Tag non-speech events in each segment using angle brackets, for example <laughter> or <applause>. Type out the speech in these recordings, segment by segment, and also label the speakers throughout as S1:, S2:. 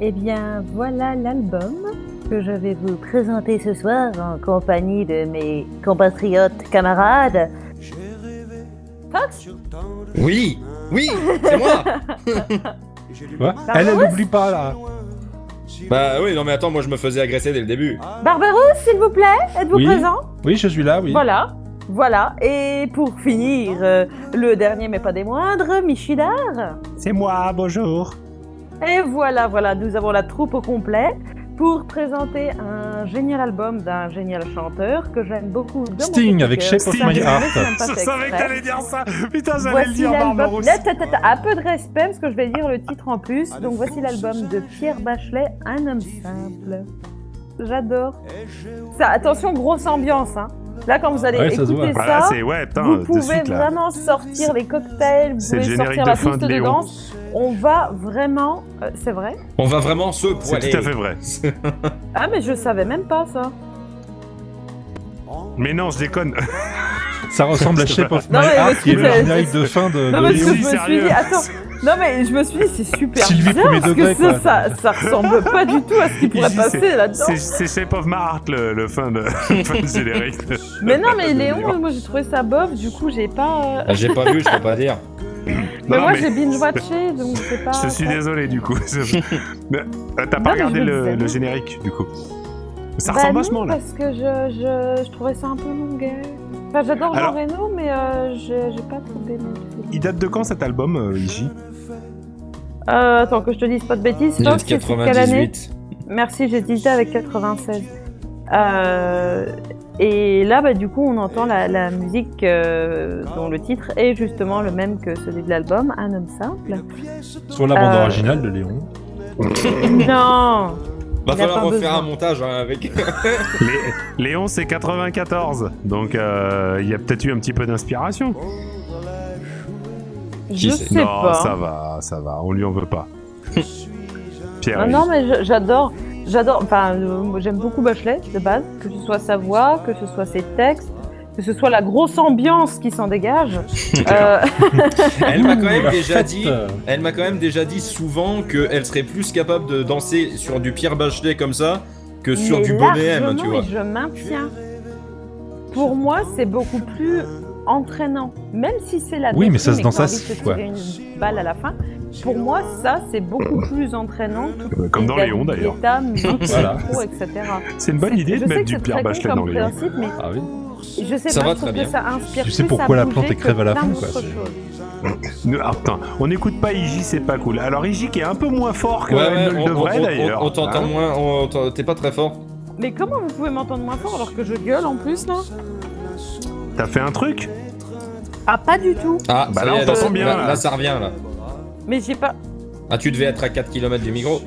S1: Eh bien, voilà l'album que je vais vous présenter ce soir en compagnie de mes compatriotes camarades. Fox
S2: Oui, oui, c'est moi
S3: Ouais. Elle, elle n'oublie pas là.
S2: Bah oui, non mais attends, moi je me faisais agresser dès le début.
S1: Barberousse, s'il vous plaît, êtes-vous
S3: Oui.
S1: présent
S3: Oui, je suis là, oui.
S1: Voilà, voilà. Et pour finir, euh, le dernier mais pas des moindres, Michida.
S4: C'est moi, bonjour.
S1: Et voilà, voilà, nous avons la troupe au complet pour présenter un génial album d'un génial chanteur que j'aime beaucoup. de mon
S3: Sting
S1: petit
S3: avec
S1: cœur.
S3: Shape of
S1: Sting
S3: My
S1: avec
S3: Heart.
S1: Shape of My
S4: Je savais que
S1: Heart.
S4: t'allais dire ça. Putain, j'allais le
S1: Voici
S4: dire,
S1: l'album.
S4: Barbarousse.
S1: Là, ta, ta, ta, Un peu de respect parce que je vais dire le titre en plus. Donc voici l'album de Pierre Bachelet, Un homme simple. J'adore. Ça, attention, grosse ambiance. Hein. Là, quand vous allez
S3: Ouais, ça se
S1: écouter
S3: voit.
S1: ça,
S4: Voilà, Ah, c'est ouais, putain,
S1: vous
S4: de
S1: pouvez
S4: suite, là.
S1: vraiment sortir les cocktails, vous
S4: C'est le
S1: pouvez
S4: générique
S1: sortir
S4: de
S1: la
S4: fin
S1: piste
S4: de
S1: de
S4: Léon.
S1: danse. On va vraiment, euh, c'est vrai
S2: On va vraiment se poiler.
S4: C'est tout à fait vrai.
S1: Ah mais je savais même pas ça.
S4: Euh, Mais non, je déconne.
S3: Ça ressemble
S1: <laughs>
S3: à Shape of My
S1: Non, mais le
S3: Heart qui est le
S1: truc,
S3: générique de fin de,
S1: Non
S3: de
S1: mais
S4: oui,
S1: ce
S3: Léon.
S1: que je
S4: oui,
S1: me suis
S4: sérieux.
S1: dit, attends. Non mais je me suis dit c'est super
S3: Sylvie
S1: bizarre
S3: premier
S1: parce
S3: degré,
S1: que ça,
S3: quoi.
S1: ça, ça ressemble pas du tout à ce qui pourrait
S4: Ici,
S1: passer là-dedans.
S4: C'est c'est Shape of My Heart, le, le fin de, <laughs> le fin de générique.
S1: Mais
S4: Bah,
S1: non mais Léon, moi j'ai trouvé ça bof, du coup j'ai pas. euh,
S2: Ah, J'ai pas vu, je peux pas dire.
S1: Mais
S4: Non,
S1: moi
S4: mais- <laughs>
S1: j'ai binge watché donc c'est pas.
S4: Je suis désolé, du coup.
S1: <laughs>
S4: Mais, euh,
S1: Ah, Non,
S4: T'as
S1: mais
S4: pas
S1: je
S4: regardé
S1: me
S4: le,
S1: disais.
S4: le générique, du coup. Ça
S1: Bah
S4: ressemble
S1: non,
S4: vachement, là.
S1: Parce que je, je, je trouvais ça un peu longuet. Enfin j'adore Jean
S4: Alors-
S1: Reno mais euh, j'ai j'ai pas trop aimé.
S4: Il date de quand, cet album, euh, Iji
S1: Euh, attends que je te dise pas de bêtises.
S2: Il est
S1: Fox, c'est
S2: de
S1: quelle année
S2: 98.
S1: Merci, j'hésitais avec 96. Euh, et là, bah, du coup, on entend la, la musique euh, dont le titre est justement le même que celui de l'album, Un homme simple.
S3: Sur la bande
S1: Euh,
S3: originale de Léon.
S1: non Il
S2: Va
S1: a
S2: falloir
S1: pas
S2: refaire
S1: besoin.
S2: un montage hein, avec. <laughs>
S4: Lé- Léon, c'est 94. Donc, euh, il y a peut-être eu un petit peu d'inspiration.
S1: Je
S2: sait
S1: sais
S4: non,
S1: pas.
S4: ça va, ça va. On lui en
S1: <laughs>
S4: veut pas. Pierre,
S1: Ah Non,
S4: il-
S1: non, mais je- j'adore. J'adore. Enfin, euh, moi, j'aime beaucoup Bachelet, de base. Que ce soit sa voix, que ce soit ses textes, que ce soit la grosse ambiance qui s'en
S4: <laughs>
S1: dégage. Euh,
S2: Elle m'a quand même
S3: La
S2: déjà
S3: fête,
S2: dit.
S3: euh,
S2: Elle m'a quand même déjà dit souvent qu'elle serait plus capable de danser sur du Pierre Bachelet comme ça que sur
S1: Mais
S2: du Bonnet
S4: hein,
S2: M,
S1: largement,
S2: tu vois.
S1: Et je maintiens. Pour moi, c'est beaucoup plus entraînant. Même si c'est la
S3: Oui, mais ça se danse
S1: danse
S3: à six, quoi.
S1: une balle à la fin. Pour moi, ça, c'est beaucoup plus entraînant que
S4: Euh, Mmh. Comme dans
S1: la
S4: Léon, d'ailleurs.
S1: guetta, musique,
S3: Voilà.
S1: électro, etc.
S4: C'est une bonne
S1: Bah, C'est- je
S4: idée
S1: sais
S4: de mettre
S1: que
S4: du
S1: c'est
S4: Pierre
S1: très con
S4: Bachelet
S1: comme
S4: dans Léon.
S1: principe, mais
S3: Ah oui.
S1: je sais
S2: Ça
S1: pas,
S2: va
S1: je trouve
S2: très
S1: que
S2: bien.
S1: ça inspire
S3: Tu sais
S1: plus
S3: pourquoi
S1: à
S3: la
S1: bouger
S3: plante est
S1: que
S3: crève à la
S1: plein
S3: fin,
S1: d'autres
S3: quoi, c'est-
S1: choses.
S4: Ne- Ah, putain, on n'écoute pas Iji, c'est pas cool. Alors Iji qui est un peu moins fort que
S2: Ouais,
S4: il
S2: ouais,
S4: ne le
S2: on, on-
S4: devrait
S2: on-
S4: d'ailleurs.
S2: on t'entend
S4: Hein
S2: moins, on t'en- t'es pas très fort.
S1: Mais comment vous pouvez m'entendre moins fort alors que je gueule en plus là
S4: T'as fait un truc
S1: Ah pas du tout.
S2: Ah,
S4: Bah
S2: ça
S4: là,
S2: y est,
S4: on t'entend bien,
S2: Là,
S4: là.
S2: ça revient, là.
S1: Mais j'ai pas.
S2: Ah, tu devais être à 4 km du micro.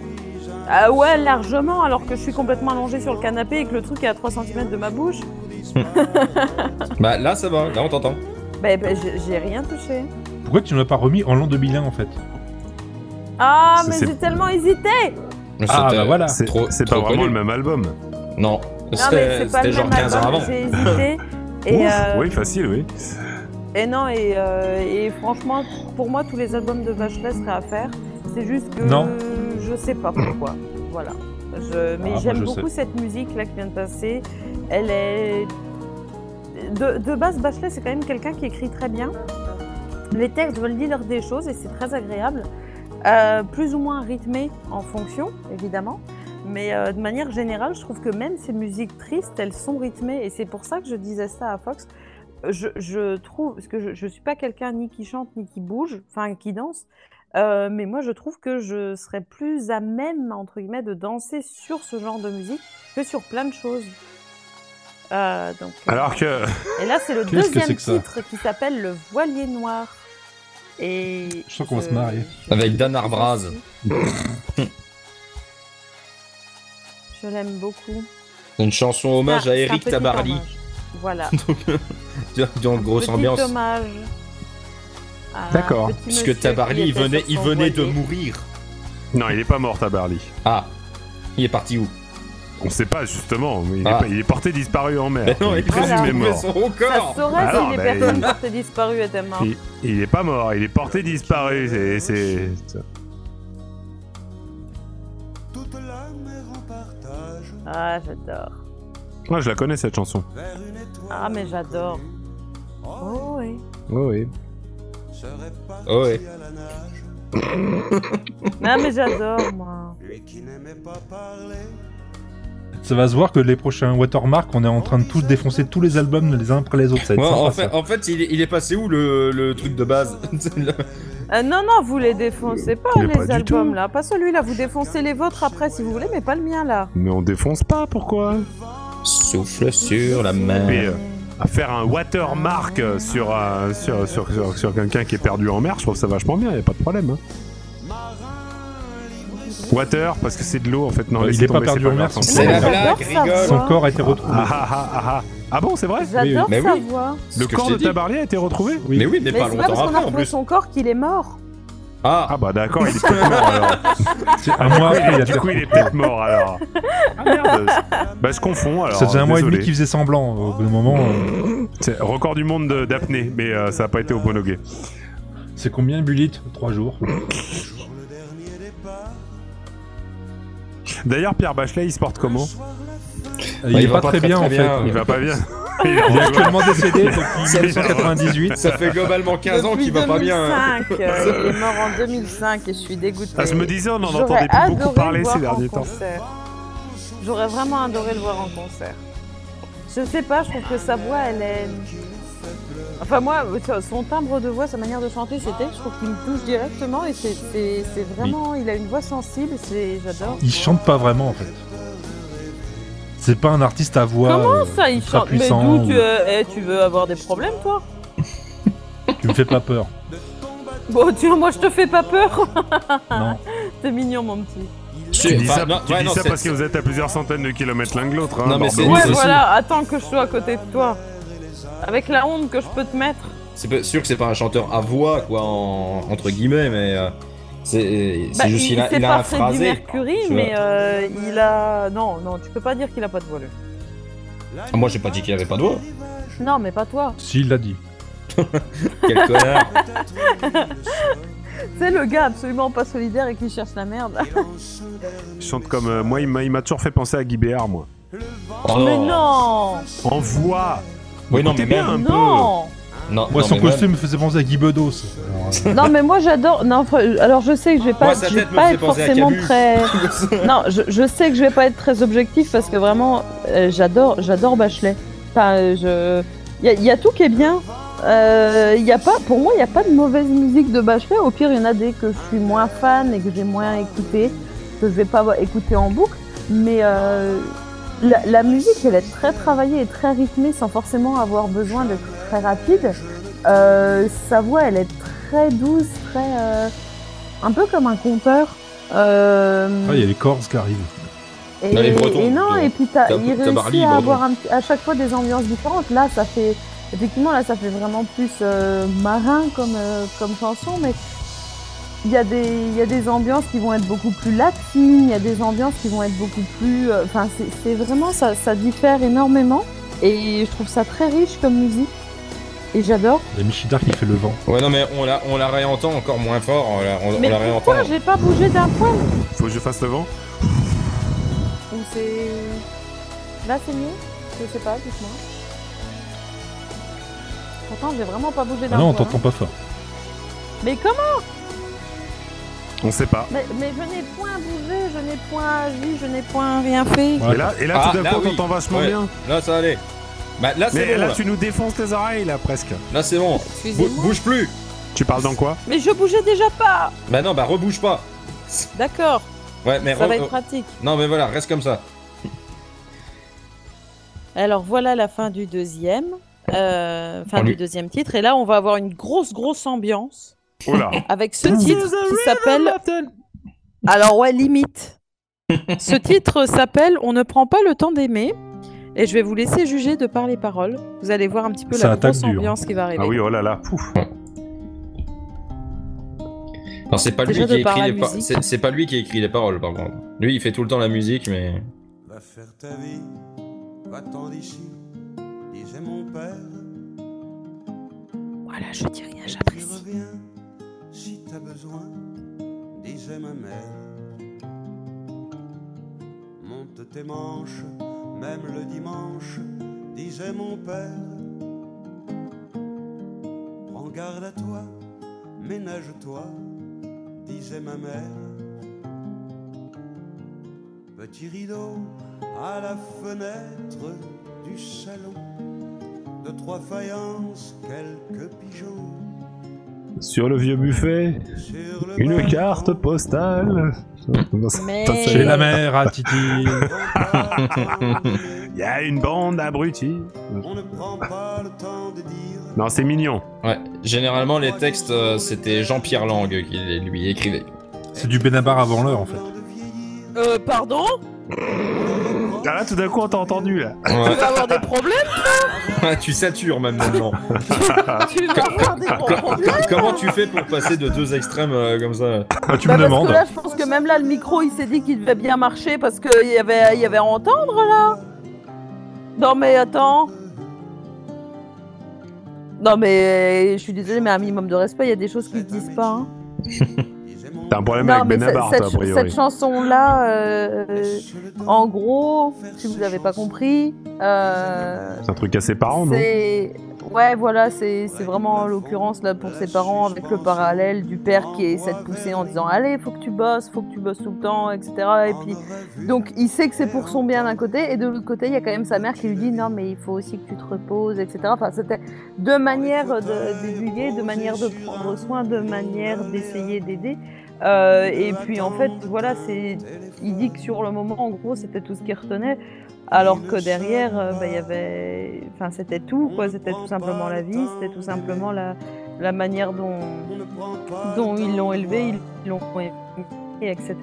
S1: Ah ouais, largement, alors que je suis complètement allongée sur le canapé et que le truc est à 3 cm de ma bouche.
S2: Bah là, ça va, là, on t'entend.
S1: Ben, ben, j'ai j'ai rien touché.
S3: Pourquoi tu ne l'as pas remis en l'an 2001 en fait
S1: Ah,
S4: Ça,
S1: mais
S4: c'est-
S1: j'ai tellement hésité
S3: Ah,
S2: C'était
S3: bah voilà.
S4: C'est
S2: trop-
S4: c'est pas
S2: trop
S4: vraiment
S2: connu.
S4: le même album.
S1: Non,
S2: Non,
S1: mais
S2: c'était
S1: c'est pas
S2: c'était
S1: le
S2: genre
S1: même
S2: 15 ans
S1: album,
S2: avant.
S1: J'ai
S3: <coughs>
S1: hésité. Et,
S4: Ouf,
S1: euh,
S4: Oui, facile, oui.
S1: et non, et, euh, et franchement, pour moi, tous les albums de Bachelet seraient à faire. C'est juste que
S3: Non.
S1: je sais pas
S3: <coughs>
S1: pourquoi. voilà. Je- mais
S3: moi,
S1: j'aime
S3: Ah, je
S1: beaucoup cette musique là qui vient de passer. Elle est. De, de base, Bachelet, c'est quand même quelqu'un qui écrit très bien. Les textes veulent dire des choses et c'est très agréable. Euh, plus ou moins rythmé en fonction, évidemment. Mais euh, de manière générale, je trouve que même ces musiques tristes, elles sont rythmées. Et c'est pour ça que je disais ça à Fox. Je, je trouve, parce que je ne suis pas quelqu'un ni qui chante, ni qui bouge, enfin qui danse. Euh, mais moi, je trouve que je serais plus à même, entre guillemets, de danser sur ce genre de musique que sur plein de choses. Euh, donc, euh,
S4: Alors que
S1: et là, c'est le
S3: Qu'est-ce que
S1: deuxième
S3: c'est que ça
S1: titre qui s'appelle Le Voilier Noir. Et
S3: Je sens qu'on va se marier.
S1: je-
S2: Avec Dan Arbraz.
S1: Je l'aime beaucoup.
S2: Une chanson
S1: Ah,
S2: hommage à
S1: c'est un
S2: Eric
S1: petit
S2: Tabarly.
S1: hommage. Voilà.
S2: Dans le grosse
S1: Petit
S2: ambiance.
S1: hommage. à un
S4: D'accord.
S1: petit monsieur
S2: Puisque
S1: qui
S2: Tabarly, il
S1: était
S2: venait,
S1: sur
S2: il
S1: son
S2: venait de
S1: voilier.
S2: mourir.
S4: non, il est pas mort à Barley.
S2: Ah, il est parti où
S4: On sait pas justement, mais il, est
S2: Ah.
S4: pas- il est porté disparu en mer.
S2: Bah non, il
S4: Donc,
S1: Ah,
S4: présumé
S2: présume
S4: mort.
S2: son haut
S1: Ça
S2: corps.
S1: se saurait
S4: Bah
S1: si
S4: alors,
S1: les
S3: ben,
S4: bah,
S1: personnes
S4: il-
S1: portées disparues étaient mortes.
S4: Il, il est pas mort, il est porté disparu. C'est, c'est-
S3: Toute la mer en partage
S1: Ah, j'adore.
S4: Moi, je la connais cette chanson.
S3: vers une étoile.
S1: Ah, mais j'adore.
S3: inconnue. Oh,
S1: Oh, oui.
S4: Oui,
S3: serait parti
S2: Oh, ouais.
S3: à la nage.
S1: Non, mais j'adore, moi.
S3: Lui qui n'aimait pas parler.
S5: Ça va se voir que les prochains Watermark, on est en train de tous défoncer tous les albums les uns après les autres. Ça va
S2: Ouais,
S5: être sympa,
S2: en, fait,
S5: ça.
S2: en fait, il est, il est passé où le, le truc de base
S4: <laughs>
S1: Euh, non, non, vous les défoncez pas,
S4: Mais
S1: les
S4: pas du
S1: albums,
S4: tout.
S1: là. Pas celui-là. Vous défoncez les vôtres après, si vous voulez, mais pas le mien, là.
S4: Mais on défonce pas, pourquoi
S2: Souffle sur la mer.
S4: Mais, euh, à faire un watermark euh, sur, euh, sur, sur, sur, sur quelqu'un qui est perdu en mer, je trouve ça vachement bien, y a pas de problème. hein. Water, parce que c'est de l'eau en fait. Non,
S5: Il
S4: laissez
S5: est pas
S4: tomber,
S5: perdu
S4: c'est
S5: en mer,
S4: grave,
S5: c'est
S4: s'en
S2: C'est la
S4: fout.
S1: J'adore
S2: blague,
S1: sa
S2: rigole.
S1: voix.
S5: Son corps a été retrouvé.
S4: Ah, ah, ah, ah, ah. Ah bon, c'est vrai
S1: J'adore
S2: Mais
S1: sa
S2: oui.
S1: voix.
S2: C'est
S4: Le
S2: ce que je
S4: corps
S2: t'ai
S4: de
S2: dit.
S4: Tabarly a été retrouvé
S2: Mais oui, mais
S1: Mais
S2: pas
S1: c'est pas parce qu'on
S2: longtemps
S1: a
S2: après en
S1: retrouvé
S2: plus.
S1: son corps qu'il est mort.
S2: Ah,
S4: Ah bah d'accord, il est peut-être mort alors.
S5: C'est un mois après, <laughs>
S4: <laughs>
S5: il a
S4: Du coup, il est peut-être mort alors.
S5: <laughs>
S4: Ah merde Bah je confonds alors.
S5: Ça faisait un mois et demi
S4: désolé.
S5: qu'il faisait semblant. Au bout d'un moment, euh,
S4: C'est record du monde de- d'apnée, mais euh, ça a pas été au Bonoguet.
S5: c'est combien Bullet Trois jours.
S3: Toujours le dernier départ.
S4: D'ailleurs, Pierre Bachelet, il se porte comment
S5: il est pas, très bien, en fait.
S4: Il va
S5: <laughs>
S4: pas bien. Il
S5: Il est
S4: est-
S5: actuellement décédé depuis
S4: C'est
S5: 1998.
S2: ça fait globalement 15 ans
S1: Depuis
S2: qu'il va pas bien. hein.
S1: 2005, euh, il est mort en 2005 et je suis dégoûtée.
S4: Ah, je me disais, on en
S1: J'aurais
S4: entendait plus
S1: adoré
S4: beaucoup
S1: le
S4: parler
S1: voir
S4: ces
S1: en
S4: derniers temps.
S1: concert. J'aurais vraiment adoré le voir en concert. Je sais pas, je trouve que sa voix, elle est. Enfin, moi, son timbre de voix, sa manière de chanter, c'était, je trouve qu'il me touche directement et c'est- c'est c'est vraiment. Il a une voix sensible, c'est- j'adore.
S5: Il chante pas vraiment, en fait. C'est pas un artiste à voix.
S1: Comment
S5: euh,
S1: ça, il
S5: ultra
S1: chante Mais
S5: puissant,
S1: d'où tu,
S5: ou-
S1: euh, eh, tu veux avoir des problèmes, toi
S5: Tu me fais pas peur.
S1: Bon, tu moi, je te fais pas peur. <laughs> Ah.
S5: Non.
S1: T'es mignon, mon petit.
S4: Tu dis ça,
S2: Enfin, bah, non,
S4: tu
S2: ouais,
S4: dis
S2: non,
S4: ça
S2: c'est-
S4: parce que vous êtes à plusieurs centaines de kilomètres l'un que l'autre. hein,
S2: Non, mais
S4: Bordeaux.
S2: c'est-
S1: Ouais,
S2: aussi.
S1: voilà, attends que je sois à côté de toi. Avec la honte que je peux te mettre.
S2: C'est pas- sûr que c'est pas un chanteur à voix, quoi, en- entre guillemets, mais euh, c'est c'est
S1: Bah,
S2: juste
S1: il,
S2: qu'il a,
S1: sait
S2: il a
S1: pas
S2: un
S1: Freddie
S2: phrasé.
S1: Mercury,
S2: tu vois.
S1: mais euh, il a. Non, non, tu peux pas dire qu'il a pas de voix, lui.
S2: Ah, moi, j'ai pas dit qu'il avait pas de voix.
S1: Non, mais pas toi.
S5: Si, il l'a dit.
S1: <laughs>
S2: Quel connard.
S1: C'est le gars absolument pas solidaire et qui cherche la merde.
S4: Je chante comme. euh, moi, il m'a il m'a toujours fait penser à Guy Béard, moi.
S2: Oh,
S1: Mais non
S4: En voix
S2: Oui, non,
S4: Écoutez
S2: mais
S4: bien
S2: même.
S4: un
S1: Non
S2: Non, non,
S5: Moi, son
S2: mais même-
S5: costume me faisait penser à Guy Bedos. Alors, euh,
S1: Non, mais moi j'adore. Non, fr- alors je sais que je vais pas,
S2: Ah. Moi,
S1: être-
S2: sa
S1: je vais
S2: tête me
S1: pas
S2: faisait
S1: être
S2: penser à
S1: forcément
S2: Camus. <laughs>
S1: très. non, je, je sais que je vais pas être très objectif parce que vraiment, euh, j'adore, j'adore Bachelet. Enfin, euh, je, il y, a- y a tout qui est bien. Euh, y a pas, pour moi, il n'y a pas de mauvaise musique de Bachelet. Au pire, il y en a des que je suis moins fan et que j'ai moins écouté, que je vais pas écouter en boucle. Mais euh, la, la musique, elle est très travaillée et très rythmée sans forcément avoir besoin d'être très rapide. Euh, sa voix, elle est très douce, très. euh, un peu comme un conteur. Euh,
S5: ah, il y a les Corses qui arrivent.
S1: et,
S2: Non, les Bretons,
S1: et non,
S2: plutôt.
S1: et puis t'as,
S2: T'as-
S1: il
S2: t'as
S1: réussit
S2: Barley,
S1: à
S2: Breton.
S1: avoir un petit- à chaque fois des ambiances différentes. Là, ça fait effectivement là, ça fait vraiment plus euh, marin comme euh, comme chanson, mais il y a des il y a des ambiances qui vont être beaucoup plus latines, il y a des ambiances qui vont être beaucoup plus. euh, Enfin, c'est, c'est vraiment ça, ça diffère énormément et je trouve ça très riche comme musique et j'adore.
S5: Il y a Michidar qui fait le vent.
S2: Ouais, non, mais on la, on la réentend encore moins fort. On la, on, on
S1: mais
S2: la réentend.
S1: pourquoi j'ai pas bougé d'un point
S4: Faut que je fasse le vent
S1: Ou c'est là c'est mieux Je sais pas, dites-moi. Pourtant, j'ai vraiment pas bougé d'un
S5: Ah non, on
S1: point, hein.
S5: t'entend pas fort.
S1: Mais comment
S4: On sait pas.
S1: mais, mais je n'ai point bougé, je n'ai point agi, je n'ai point rien fait.
S5: Ouais.
S4: Et là, et là
S2: Ah,
S4: tout d'un
S2: là,
S4: coup,
S2: oui.
S4: t'entends vachement
S2: Ouais.
S4: bien.
S2: Là, ça allait. Bah, là, c'est
S4: Mais
S2: bon.
S4: là,
S2: Là,
S4: tu nous défonces les oreilles, là, presque.
S2: Là, c'est bon. Bou-
S1: Excusez-moi.
S2: bouge plus.
S4: Tu parles dans quoi
S1: Mais je bougeais déjà pas.
S2: Bah, non, bah, rebouge pas.
S1: D'accord.
S2: Ouais, mais.
S1: Ça
S2: re-
S1: va être
S2: euh,
S1: pratique.
S2: Non, mais voilà, reste comme ça.
S1: Alors voilà la fin du deuxième, euh, fin
S2: On lui-
S1: du deuxième titre. Et là, on va avoir une grosse, grosse ambiance
S4: Oh là
S1: avec ce titre qui s'appelle. Alors ouais,
S4: <laughs>
S1: limite. ce titre s'appelle On ne prend pas le temps d'aimer. Et je vais vous laisser juger de par les paroles. Vous allez voir un petit peu
S5: Ça
S1: la
S5: attaque
S1: grosse
S5: dur. hein.
S1: ambiance qui va arriver.
S4: Ah oui, oh là là. Pouf.
S2: Non, c'est pas lui
S1: Déjà,
S2: qui
S1: de par
S2: écrit
S1: la
S2: les paroles.
S1: musique.
S2: C'est c'est pas lui qui écrit les paroles, par contre. Lui, il fait tout le temps la musique, mais.
S6: va faire ta vie, va-t'en d'ici, disait mon père.
S7: Voilà, je dis rien,
S6: Tu
S7: j'apprécie.
S6: reviens si t'as besoin, disait ma mère. Monte tes manches, même le dimanche, disait mon père. Prends garde à toi, ménage-toi, disait ma mère. Petit rideau à la fenêtre du salon, de trois faïences, quelques pigeons.
S4: Sur le vieux buffet,
S6: Sur le
S4: une
S6: balcon,
S4: carte
S6: <laughs>
S4: postale.
S7: Mais-
S4: Putain, ça-
S5: Chez la mère à Titi.
S4: <laughs> Il y a une bande d'abrutis.
S6: On ne prend pas le temps de dire.
S4: Non, c'est mignon.
S2: Ouais. Généralement, les textes, euh, c'était Jean-Pierre Lang qui les lui écrivait.
S5: C'est du Benabar avant l'heure en fait.
S1: Euh, pardon
S4: Ah, là, tout d'un coup, on t'a entendu. Là.
S1: Tu
S2: Ouais.
S1: vas avoir des problèmes
S2: tu satures même maintenant.
S4: Ah.
S1: Tu vas avoir des gros problèmes
S2: Comment tu fais pour passer de deux extrêmes euh, comme ça
S5: Ah, tu
S1: Bah, Parce
S5: me
S1: que
S5: demandes.
S1: là, je pense que même là, le micro, il s'est dit qu'il devait bien marcher parce qu'il y avait, il y avait à entendre, là Non, mais attends Non, mais je suis désolée, mais un minimum de respect, il y a des choses qu'ils disent pas, hein.
S4: T'as un problème
S1: Non,
S4: avec
S1: mais ce-
S4: Benabar,
S1: cette,
S4: toi, a
S1: ch- cette
S4: priori.
S1: chanson-là, euh, euh, en gros, si vous n'avez pas compris, euh,
S4: C'est un truc à ses parents, non <laughs>
S1: c'est. Ouais, voilà, c'est c'est vraiment l'occurrence là pour ses parents avec le parallèle du père qui essaie de pousser en disant Allez, faut que tu bosses, faut que tu bosses tout le temps, etc. Et puis, donc il sait que c'est pour son bien d'un côté, et de l'autre côté, il y a quand même sa mère qui lui dit Non, mais il faut aussi que tu te reposes, etc. Enfin, c'était deux manières de- d'aiguiller, deux manières de prendre soin, deux manières d'essayer d'aider. Euh, et puis en fait, voilà, c'est il dit que sur le moment, en gros, c'était tout ce qu'il retenait, alors que derrière, euh, bah, il y avait, enfin, c'était tout, quoi. C'était tout simplement la vie, c'était tout simplement la, la manière dont, dont ils l'ont élevé, ils l'ont aimé, etc.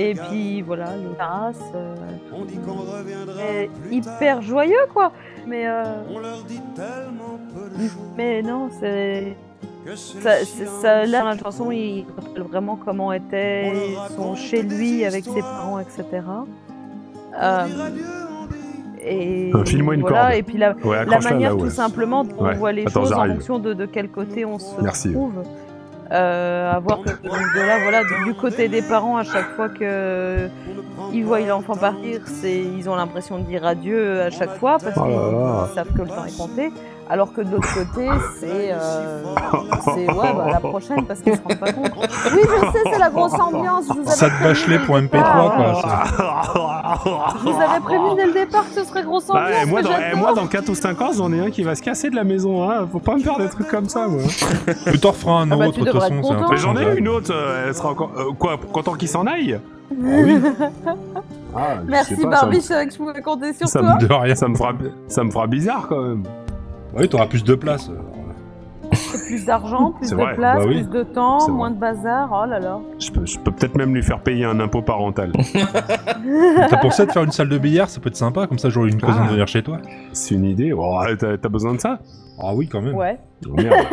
S1: Et puis voilà, le terrasse, euh,
S6: On dit qu'on reviendra
S1: est
S6: plus
S1: hyper
S6: tard.
S1: joyeux, quoi. Mais euh,
S6: On leur dit tellement peu de choses
S1: mais non, c'est
S6: que c'est
S1: ça,
S6: le
S1: c'est-
S6: silence.
S1: ça- là, dans la chanson, il rappelle vraiment comment était son chez lui avec ses parents, etc.
S6: On
S1: Euh,
S6: dit radieux, on dit
S1: Et
S4: Euh, file-moi une
S1: voilà,
S4: corde.
S1: et puis la,
S4: Ouais,
S1: la
S4: accroche-la
S1: manière
S4: là, ouais.
S1: tout simplement dont
S4: Ouais.
S1: on voit les
S4: Attends,
S1: choses en
S4: j'arrive.
S1: fonction de, de quel côté on se
S4: Merci.
S1: trouve. Euh, avoir que donc de là, voilà, du côté des parents, à chaque fois que ils voient l'enfant partir, c'est ils ont l'impression de dire adieu euh, à chaque fois parce
S4: Oh
S1: qu'ils
S4: là là.
S1: savent que le temps est compté. Alors que de l'autre côté, c'est
S4: <laughs>
S1: euh, c'est ouais, bah, la prochaine parce qu'ils se rendent pas compte. Oui, je sais, c'est la grosse ambiance. Je vous avais
S5: Ça te
S1: prévenu
S5: bachelet
S1: dès le
S5: pour MP3
S1: départ.
S5: quoi. ça.
S1: Je vous avais prévenu dès le départ que ce serait grosse ambiance.
S4: Ah, et moi,
S1: mais
S4: dans,
S1: j'adore.
S4: et moi, dans 4 ou 5 ans, j'en ai un qui va se casser de la maison. Hein. Faut pas me faire des trucs comme ça, moi.
S5: Tu t'en referas un
S1: Ah bah,
S5: autre
S1: tu
S5: de toute
S1: devrais
S5: façon.
S1: être
S5: c'est un
S1: content.
S5: truc
S4: Mais j'en ai
S5: comme ça.
S4: une autre. euh, Elle sera encore. euh, quoi Content qu'il s'en aille Ah <laughs> oui. Ah, je
S1: Merci
S4: sais pas, ça me-
S1: Barbie, je savais que je pouvais compter sur
S4: ça
S1: toi.
S5: De rien.
S4: Ça me fera, ça me fera bizarre quand même.
S5: Oui, t'auras plus de place.
S1: <laughs> Plus d'argent, plus
S4: C'est
S1: de
S4: vrai,
S1: place,
S4: bah oui.
S1: plus de temps,
S4: C'est
S1: moins de bazar. Oh là là.
S4: Je peux, je peux peut-être même lui faire payer un impôt <laughs> parental.
S5: T'as pensé de faire une salle de billard, ça peut être sympa, comme ça j'aurai une occasion
S4: Ah.
S5: de venir chez toi.
S4: C'est une idée. Oh, t'as, t'as besoin de ça
S5: Ah oui, quand même.
S1: Ouais.
S4: Oh,
S1: <laughs>
S4: Merde.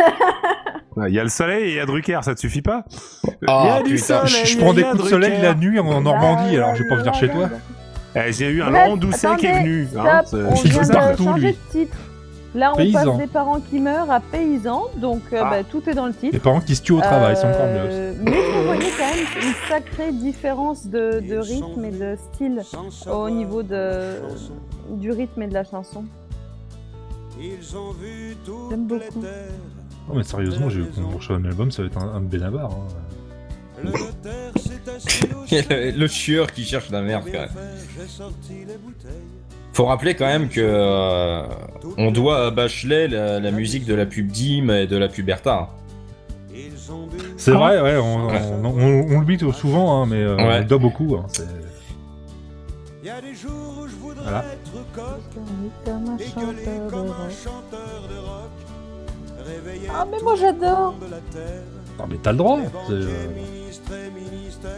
S4: Ah, Il y a le soleil et il y a Drucker, ça te suffit pas Il y
S2: Ah
S4: a du
S2: putain.
S4: sol.
S5: Je, je
S4: Il y a
S5: prends des
S4: rien,
S5: coups de soleil
S4: Drucker.
S5: la nuit en Normandie, alors je vais pas venir chez toi.
S4: Eh, J'ai eu un
S1: Bref,
S4: Laurent Doucet qui est
S1: attendez,
S4: venu.
S1: Stop,
S4: hein,
S1: on
S4: c'est-
S5: Je suis <laughs>
S1: vient de
S5: partout,
S1: changer
S5: lui.
S1: de titre. Là, on
S5: Paysan.
S1: passe des parents qui meurent à paysans, donc euh,
S4: Ah.
S1: bah, tout est dans le
S5: Les
S1: titre.
S5: parents qui se tuent au travail, c'est encore mieux. aussi.
S1: Euh, Mais vous voyez quand même une sacrée différence de, de rythme et de style
S6: Sans savoir
S1: au niveau de,
S6: la chanson,
S1: du rythme et de la chanson.
S6: Ils ont vu toutes
S1: J'aime
S6: les
S1: beaucoup.
S6: terres,
S5: Non mais sérieusement, j'ai pour acheter un album, ça va être un, un Benabar. hein.
S6: le notaire s'est assis au
S2: <laughs> le,
S6: sol.
S2: le chieur qui cherche la merde. Quand
S6: Bien
S2: même.
S6: fait, j'ai sorti les bouteilles.
S2: Faut rappeler quand même que euh,
S6: Toutes
S2: on doit à Bachelet la, la musique de la pub Dim et de la pub Bertha. hein.
S6: Ils ont bu
S5: C'est vrai, ouais, on, on- on- on l'oublie souvent, hein, mais euh, on
S2: Ouais.
S5: le doit beaucoup. hein, c'est-
S6: Il y a des jours où je voudrais
S5: Voilà.
S6: être coq, dégueuler comme un
S1: Ah,
S6: chanteur de rock, réveiller
S1: mais moi j'adore!
S6: de la terre,
S5: Non mais t'as le droit.
S6: les
S5: c'est,
S6: banquiers,
S5: euh,
S6: ministres et ministères.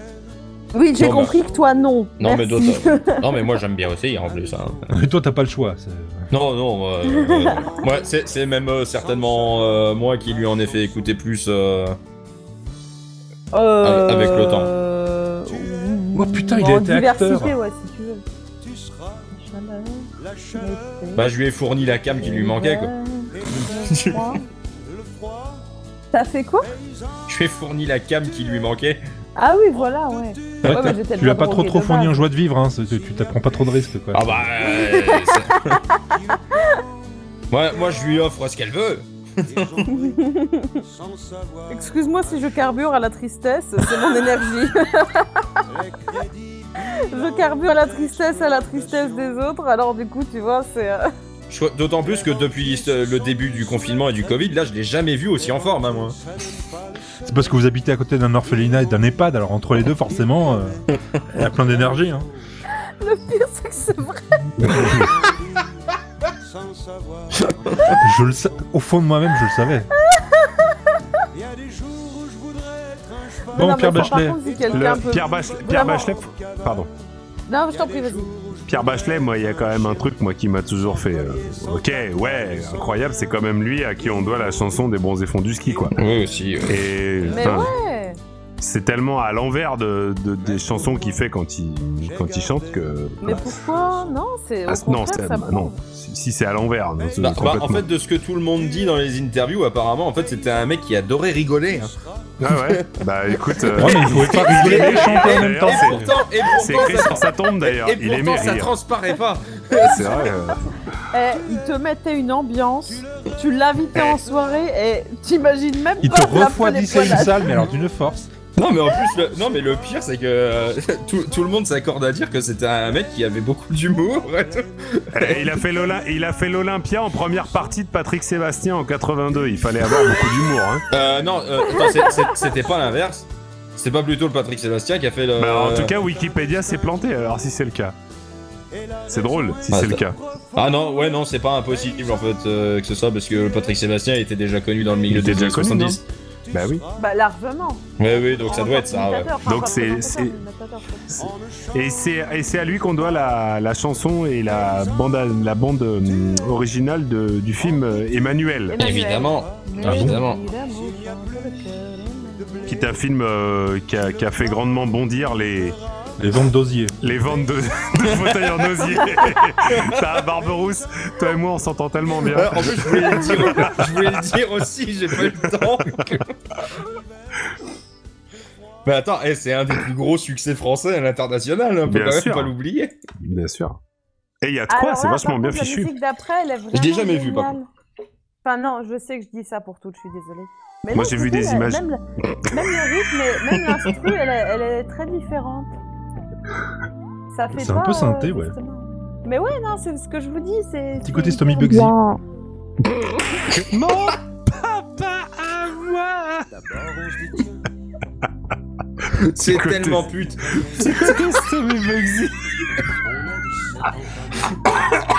S1: Oui, j'ai
S2: Non, bah-
S1: compris que toi non.
S2: Non mais
S1: Merci.
S2: d'autres. non mais moi j'aime bien aussi en plus. hein.
S5: Mais toi t'as pas le choix. c'est-
S2: Non non. euh, euh, ouais, c'est c'est même euh, certainement euh, moi qui lui en ai fait écouter plus. euh,
S1: Euh,
S2: Avec le
S1: euh,
S5: Oh putain, il
S1: Bon,
S5: était acteur.
S1: diversifié, ouais, si tu veux.
S6: Tu seras
S1: Chaleur,
S6: la chaleur,
S1: été,
S2: Bah, je lui ai fourni la cam qui lui manquait, quoi.
S1: hiver, froid.
S6: le froid,
S1: T'as fait quoi
S6: les ans
S2: Je lui ai fourni la cam qui lui manquait.
S1: Ah oui, voilà, ouais.
S5: Ouais,
S1: Ouais,
S5: t'as-
S1: mais j'étais
S5: tu lui as
S1: déjà
S5: pas trop
S1: drogué
S5: trop
S1: de
S5: fourni
S1: base.
S5: un joie de vivre, hein, c'est- tu t'apprends pas trop de risques quoi.
S2: Ah bah. euh, <laughs> ça- moi, moi, je lui offre ce qu'elle veut.
S6: ils ont pris, sans savoir,
S1: Excuse-moi si je carbure à la tristesse, c'est mon énergie. <laughs>
S6: les crédits,
S1: je carbure à la tristesse, à la tristesse des autres, alors du coup, tu vois, c'est. euh, <laughs>
S2: Je- D'autant plus que depuis euh, le début du confinement et du Covid, là, je l'ai jamais vu aussi en forme, hein, moi.
S5: C'est parce que vous habitez à côté d'un orphelinat et d'un EHPAD, alors entre les deux forcément, euh, elle a plein d'énergie. Hein.
S1: Le pire, c'est que c'est vrai.
S6: sans savoir,
S5: Je le sa- Au fond de moi-même, je le savais.
S6: il y a des jours où je voudrais être un cheval.
S5: Bon,
S1: Non, mais
S5: Pierre
S1: par
S5: Bachelet.
S1: contre, si quelqu'un
S4: Le-
S1: peut-
S4: Pierre Bachelet- Pierre
S1: Vraiment.
S4: Bachelet. Pardon.
S1: Non, je t'en prie, vas-y.
S4: Pierre Bachelet, moi, il y a quand même un truc, moi, qui m'a toujours fait. euh, ok, ouais, incroyable, c'est quand même lui à qui on doit la chanson des bronzés fonds du ski, quoi.
S2: Oui, aussi. euh.
S4: Et
S1: Mais
S4: enfin,
S1: ouais.
S4: c'est tellement à l'envers de, de- des chansons qu'il fait quand il, quand il chante que.
S1: Mais pourquoi Non, c'est. Au
S4: Ah, non,
S1: contraire, ça
S4: c'est- bah,
S1: prouve.
S4: non, si, si c'est à l'envers. non, c'est
S2: Bah, bah,
S4: complètement-
S2: en fait, de ce que tout le monde dit dans les interviews, apparemment, en fait, c'était un mec qui adorait rigoler. hein.
S4: Ah <laughs> ouais Bah écoute. euh,
S5: Ouais, mais il pouvait pas rigoler et chanter en même temps.
S2: Et
S4: c'est-
S2: pourtant, et
S4: C'est
S2: pourtant,
S4: écrit sur sa tombe
S2: ça,
S4: d'ailleurs.
S2: et
S4: Il aimait
S2: pourtant, ça
S4: rire.
S2: transparaît pas.
S4: C'est vrai. euh,
S1: Eh, il te mettait une ambiance, tu l'invitais
S4: Eh.
S1: en soirée et t'imagines même
S5: Il
S1: pas.
S5: te
S1: l'appeler
S5: refroidissait une
S1: poilade.
S5: salle, mais alors d'une force.
S2: Non mais en plus le, non mais le pire c'est que euh, <laughs> tout, tout le monde s'accorde à dire que c'était un mec qui avait beaucoup d'humour. et tout.
S4: eh, il a fait l'Olym- il a fait l'Olympia en première partie de Patrick Sébastien en 82. Il fallait avoir beaucoup d'humour. Hein.
S2: Euh, non, euh, attends, c'est- c'est- c'était pas l'inverse. C'est pas plutôt le Patrick Sébastien qui a fait le.
S4: Bah, en tout cas, Wikipédia s'est planté alors si c'est le cas. <laughs> C'est drôle si
S2: Bah,
S4: c'est le
S2: ça-
S4: cas.
S2: Ah non, ouais non, c'est pas impossible en fait euh, que ce soit parce que le Patrick Sébastien était déjà connu dans le
S4: Il
S2: milieu
S4: était
S2: des années
S4: déjà connu,
S2: 70.
S4: Bah oui.
S1: <laughs> Bah, largement.
S2: Ouais oui, donc ça
S1: En
S2: doit
S1: tant
S2: être ça. Ouais.
S1: qu'imitateur, enfin,
S4: Donc,
S1: pas
S4: c'est-
S1: présentateur,
S4: c'est-
S1: mais imitateur, quoi.
S4: Et c'est et c'est à lui qu'on doit la, la chanson et la bande à- la bande hum, originale de- du film euh, Emmanuel,
S1: Emmanuel.
S2: Évidemment. Ah, évidemment.
S4: qui est un film euh, qui, a, qui a fait grandement bondir les
S5: Les ventes d'osier.
S4: les ventes de, <laughs> de fauteuils en
S1: <laughs>
S4: osier. T'as Barberousse, toi et moi on s'entend tellement bien.
S2: Ouais, en plus, je voulais le dire, je voulais le dire aussi, j'ai pas eu le temps. Mais attends, eh, c'est un des plus gros succès français à l'international, hein, on peut
S4: Bien
S2: quand même
S4: sûr.
S2: pas l'oublier.
S4: Bien sûr. Et il y a de
S1: Alors
S4: quoi,
S1: là,
S4: c'est vachement
S1: par
S4: bien
S1: contre, la
S4: fichu.
S1: musique d'après, elle est vraiment
S2: Je l'ai jamais vue, par
S1: géniale. Enfin, non, je sais que je dis ça pour tout, je suis désolée. Mais
S4: Moi,
S1: non,
S4: j'ai
S1: tu
S4: vu
S1: sais,
S4: des
S1: la-
S4: images.
S1: Même, le- même le rythme, et même l'instru, elle, est- elle est très différente. Ça fait
S5: C'est un
S1: pas,
S5: peu synthé,
S1: euh,
S5: ouais.
S1: justement. Mais ouais, non, c'est ce que je vous dis, c'est.
S5: Petit
S1: c'est
S5: côté
S1: hyper
S5: Stomy Bugsy.
S2: Ah,
S1: bien.
S6: D'abord, on se dit, tiens,
S2: C'est
S4: Côté-
S2: tellement pute.
S6: on a 17 ans,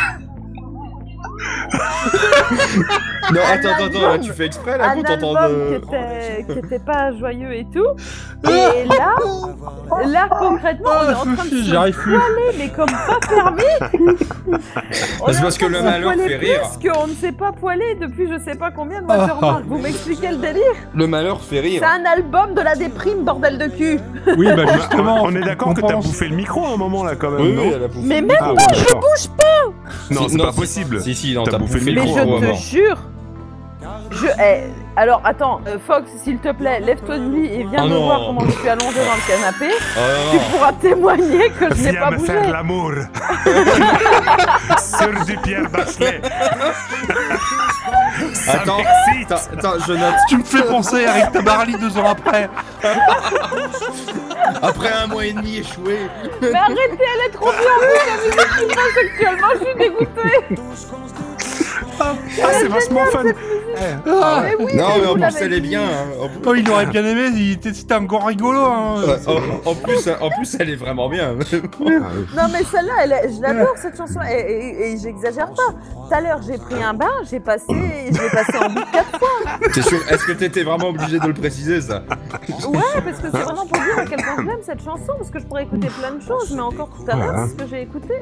S2: Non, attends, attends, attends, là,
S1: album.
S2: tu fais exprès, là,
S1: Un
S2: qu'on t'entende.
S1: album
S2: euh,
S1: qui était, qui était pas joyeux et tout.
S4: <laughs>
S1: Et là,
S6: on va avoir la-
S1: là
S5: Oh,
S1: concrètement, on est en train de
S5: Sophie,
S1: se
S5: j'y arrive plus.
S1: <laughs> poiler, mais comme pas <laughs> fermé.
S2: Bah, c'est parce que le malheur fait rire.
S1: Parce qu'on ne s'est pas poilé depuis je sais pas combien de mois de remarque. Vous m'expliquez le délire
S2: Le malheur fait
S1: C'est
S2: rire.
S1: un album de la déprime, bordel de cul.
S5: Oui, bah
S4: On,
S5: justement.
S4: on est d'accord
S5: on
S4: que t'as
S5: pense- Ah,
S4: bouffé le micro à un moment là quand même.
S2: Oui,
S4: non
S2: oui, elle a bouffé
S1: Mais
S2: le
S1: même
S2: micro.
S4: je bouge pas Non,
S2: Si,
S4: c'est pas
S2: si,
S4: possible.
S2: Si, si, non,
S4: T'as
S2: t'as
S4: bouffé
S2: bouffé
S4: le
S2: le
S1: Mais
S2: micro.
S1: je
S2: à
S1: te
S2: mort.
S1: jure. Je. eh, alors attends, euh, Fox, s'il te plaît, lève-toi du lit et viens
S2: Ah
S1: me
S2: non.
S1: voir comment je suis allongée dans le canapé.
S2: Oh, non,
S1: Tu
S2: non.
S1: pourras témoigner que je n'ai
S4: Viens
S1: pas
S4: me
S1: bougé.
S4: faire
S1: <laughs>
S4: l'amour Sur du
S5: <laughs>
S4: Pierre Bachelet Ça
S2: Attends,
S4: m'excite.
S2: Attends, attends, je note.
S5: Tu me fais penser à Eric Tabarly deux ans après.
S4: Ah,
S2: Après un mois et demi échoué.
S1: Mais arrêtez, elle est trop bien la musique qui passe actuellement, je suis dégoûtée.
S4: Ah, c'est vachement fun
S1: Mais oui,
S2: Bah, Non, mais
S1: vous
S2: en plus,
S1: l'avez
S2: elle est
S1: dit.
S2: bien. hein. En plus-
S5: Ah, Oh, il aurait bien aimé, il était- c'était un grand rigolo. Hein.
S2: en- en plus, en plus, elle est vraiment bien.
S1: Non mais celle-là, elle est- je l'adore cette chanson et, et- et j'exagère pas. Tout à l'heure, j'ai pris un bain, j'ai passé, j'ai passé en boucle quatre
S2: T'es sûr Est-ce que t'étais vraiment obligé de le préciser ça
S1: fois. Ouais, parce que c'est vraiment pour dire à quel point je l'aime cette chanson, parce que je pourrais écouter plein de choses, mais encore tout à l'heure, c'est ce que j'ai écouté.